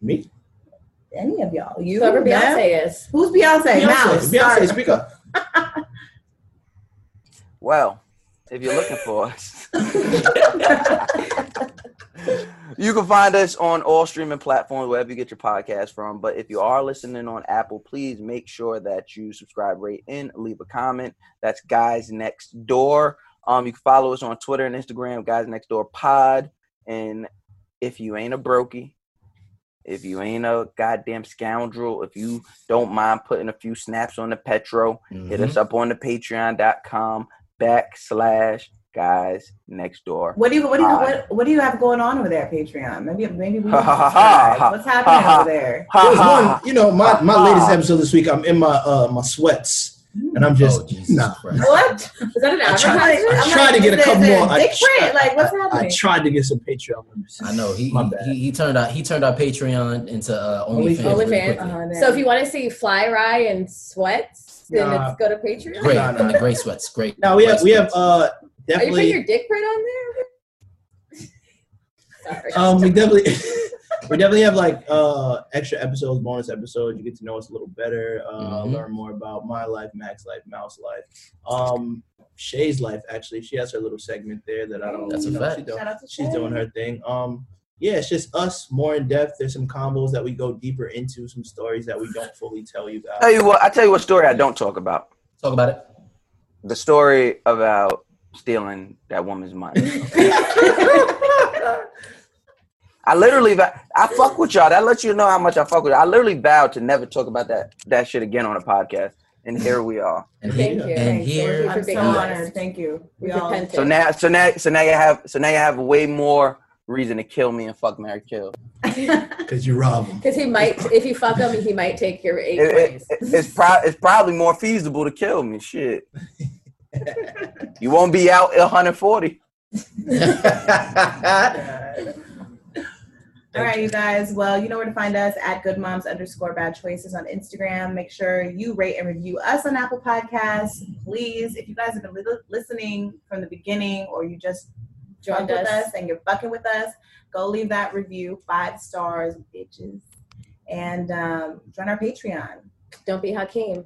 Me?
Any of y'all? You?
Whoever
Matt?
Beyonce is.
Who's Beyonce? Now,
Beyonce, Beyonce, speak up.
Well, if you're looking for us, you can find us on all streaming platforms, wherever you get your podcast from. But if you are listening on Apple, please make sure that you subscribe, rate, and leave a comment. That's Guys Next Door. Um, you can follow us on Twitter and Instagram, Guys Next Door Pod. And if you ain't a brokey, if you ain't a goddamn scoundrel, if you don't mind putting a few snaps on the petro, hit
Mm-hmm.
Mm-hmm.
us up on the patreon.com backslash guys next door.
What do you what do you
Pod.
what, what do you have going on over there, at Patreon? Maybe maybe we
Ha,
can
ha, ha,
subscribe.
ha.
What's happening
Ha, ha.
over there?
There's one, you know, my, my latest episode this week, I'm in my uh my sweats. And I'm
Oh,
just nah.
What
is that an
I tried,
advertisement?
I
I'm
tried
like,
to get a
is
couple
it- is
more.
it
I
dick print?
tried-
Like, what's
I- I
happening?
tried to get some Patreon members.
I know he he, he turned out he turned our Patreon into uh, OnlyFans.
OnlyFans. uh-huh.
really quickly.
So if you want to see Fly Rye and sweats, then
Nah.
it's go to Patreon.
Great, and the gray sweats, great.
Now we have we have uh
Are you
definitely
putting your dick print on there? Sorry.
um, we definitely we definitely have like uh extra episodes, bonus episodes. You get to know us a little better, uh,
Mhm.
learn more about my life, Mac's life, Mouse life, um, Shay's life. Actually, she has her little segment there that I don't.
That's a
you know,
fact.
she don't-
Shout out to
she's
Shay.
doing her thing. Um, yeah, it's just us more in depth. There's some combos that we go deeper into, some stories that we don't fully tell you guys.
Tell you what, I tell you what story I don't talk about.
Talk about it.
The story about stealing that woman's money. I literally, va- I fuck with y'all. That lets you know how much I fuck with. y'all. I literally vowed to never talk about that that shit again on a podcast, and here we are.
And
Thank you.
And here
I'm so
we
honored. Thank you. We all
repented.
So now, so now, so now you have, so now you have way more reason to kill me and fuck Mary Kill.
Cause you rob him.
Because he might, if you fuck him, he might take your eight
It-
points.
it- it's pro- it's probably more feasible to kill me. Shit, you won't be out at 140.
All right, you guys. Well, you know where to find us at Good Moms underscore Bad Choices on Instagram. Make sure you rate and review us on Apple Podcasts, please. If you guys have been li- listening from the beginning, or you just
Joined
joined with
us.
us. and you're fucking with us, go leave that review five stars, bitches, and um, join our Patreon.
Don't be Hakeem.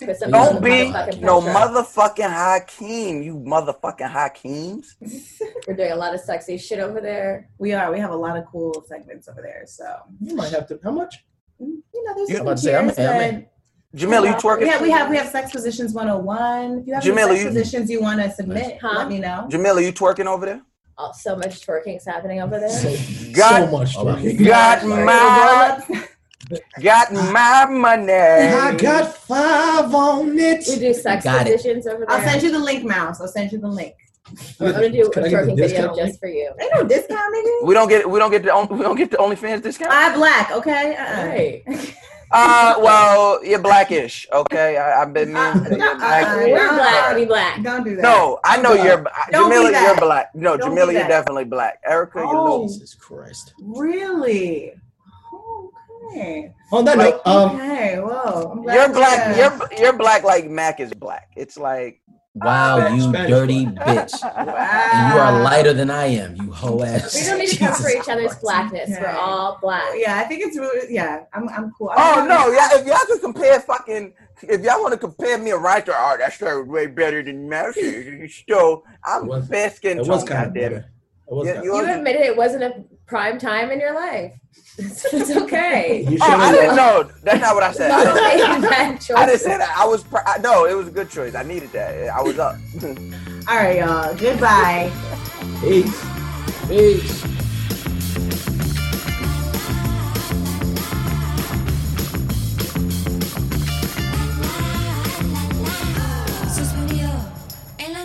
Put some
Don't be
motherfucking
no
pressure.
motherfucking Hakeem. You motherfucking Hakeems.
We're doing a lot of sexy shit over there.
We are. We have a lot of cool segments over there. So mm,
you might have to. How much?
You know, there's
You-
some
I'm about to say, I'm-
tiers,
I'm-
but-
Jamila, you twerking?
Yeah, we have we have sex positions 101. If you have
Jamila,
any
you-
sex positions you want to submit, let me know.
Jamila, you twerking over there?
Oh, so much twerking's happening over there.
Got,
so much twerking.
Got
Like-
my, got
Ah.
my money.
I got five on it.
We do sex
Got it.
positions over there.
I'll send you the link, Mouse. I'll send you the link.
I'm gonna do a
Can I get the
twerking video
discount link?
just for you.
Ain't no discount, nigga.
We don't get we don't get the on- we don't get the OnlyFans discount.
I black, okay? Uh-uh.
Right.
Uh, well, you're blackish, okay. I, I've been meaning to say
Uh,
you're
We're
black.
black.
uh,
We black.
Don't do that.
No, I know you're uh,
Don't be
Jamila.
that.
You're black. No,
Don't be
Jamila, you're
that.
definitely black. Erica, you're
Oh.
loose.
Jesus Christ.
Really? Okay.
On that note, um,
Okay. Whoa. I'm glad
You're
you
black.
asked.
You're you're black like Mac is black. It's like
Wow, you
Spanish
dirty bitch. And you are lighter than I am, you hoe ass.
We don't need to cover each other's blackness. We're all black.
Yeah, I think it's really. Yeah, I'm. I'm cool.
Oh
I'm-
no, yeah. If y'all could compare fucking, if y'all want to compare me and Ryder, oh, that started way better than Matthew. Still, I'm
was-
fair skin
it
tone.
was kind of
Goddamn it.
better. It was
Yeah,
kinda-
you
You admitted it wasn't a prime time in your life. it's okay.
You
Oh,
should've-
I didn't know. That's not what I said. I
Don't
didn't,
make bad
I didn't say
choices.
that. I was. Pr- I, no, it was a good choice. I needed that. I was up.
All right, y'all. Goodbye.
Peace.
Peace.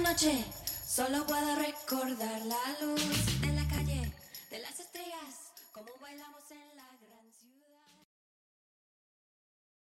noche solo puedo recordar la luz en la calle de las estrellas, como bailamos en la...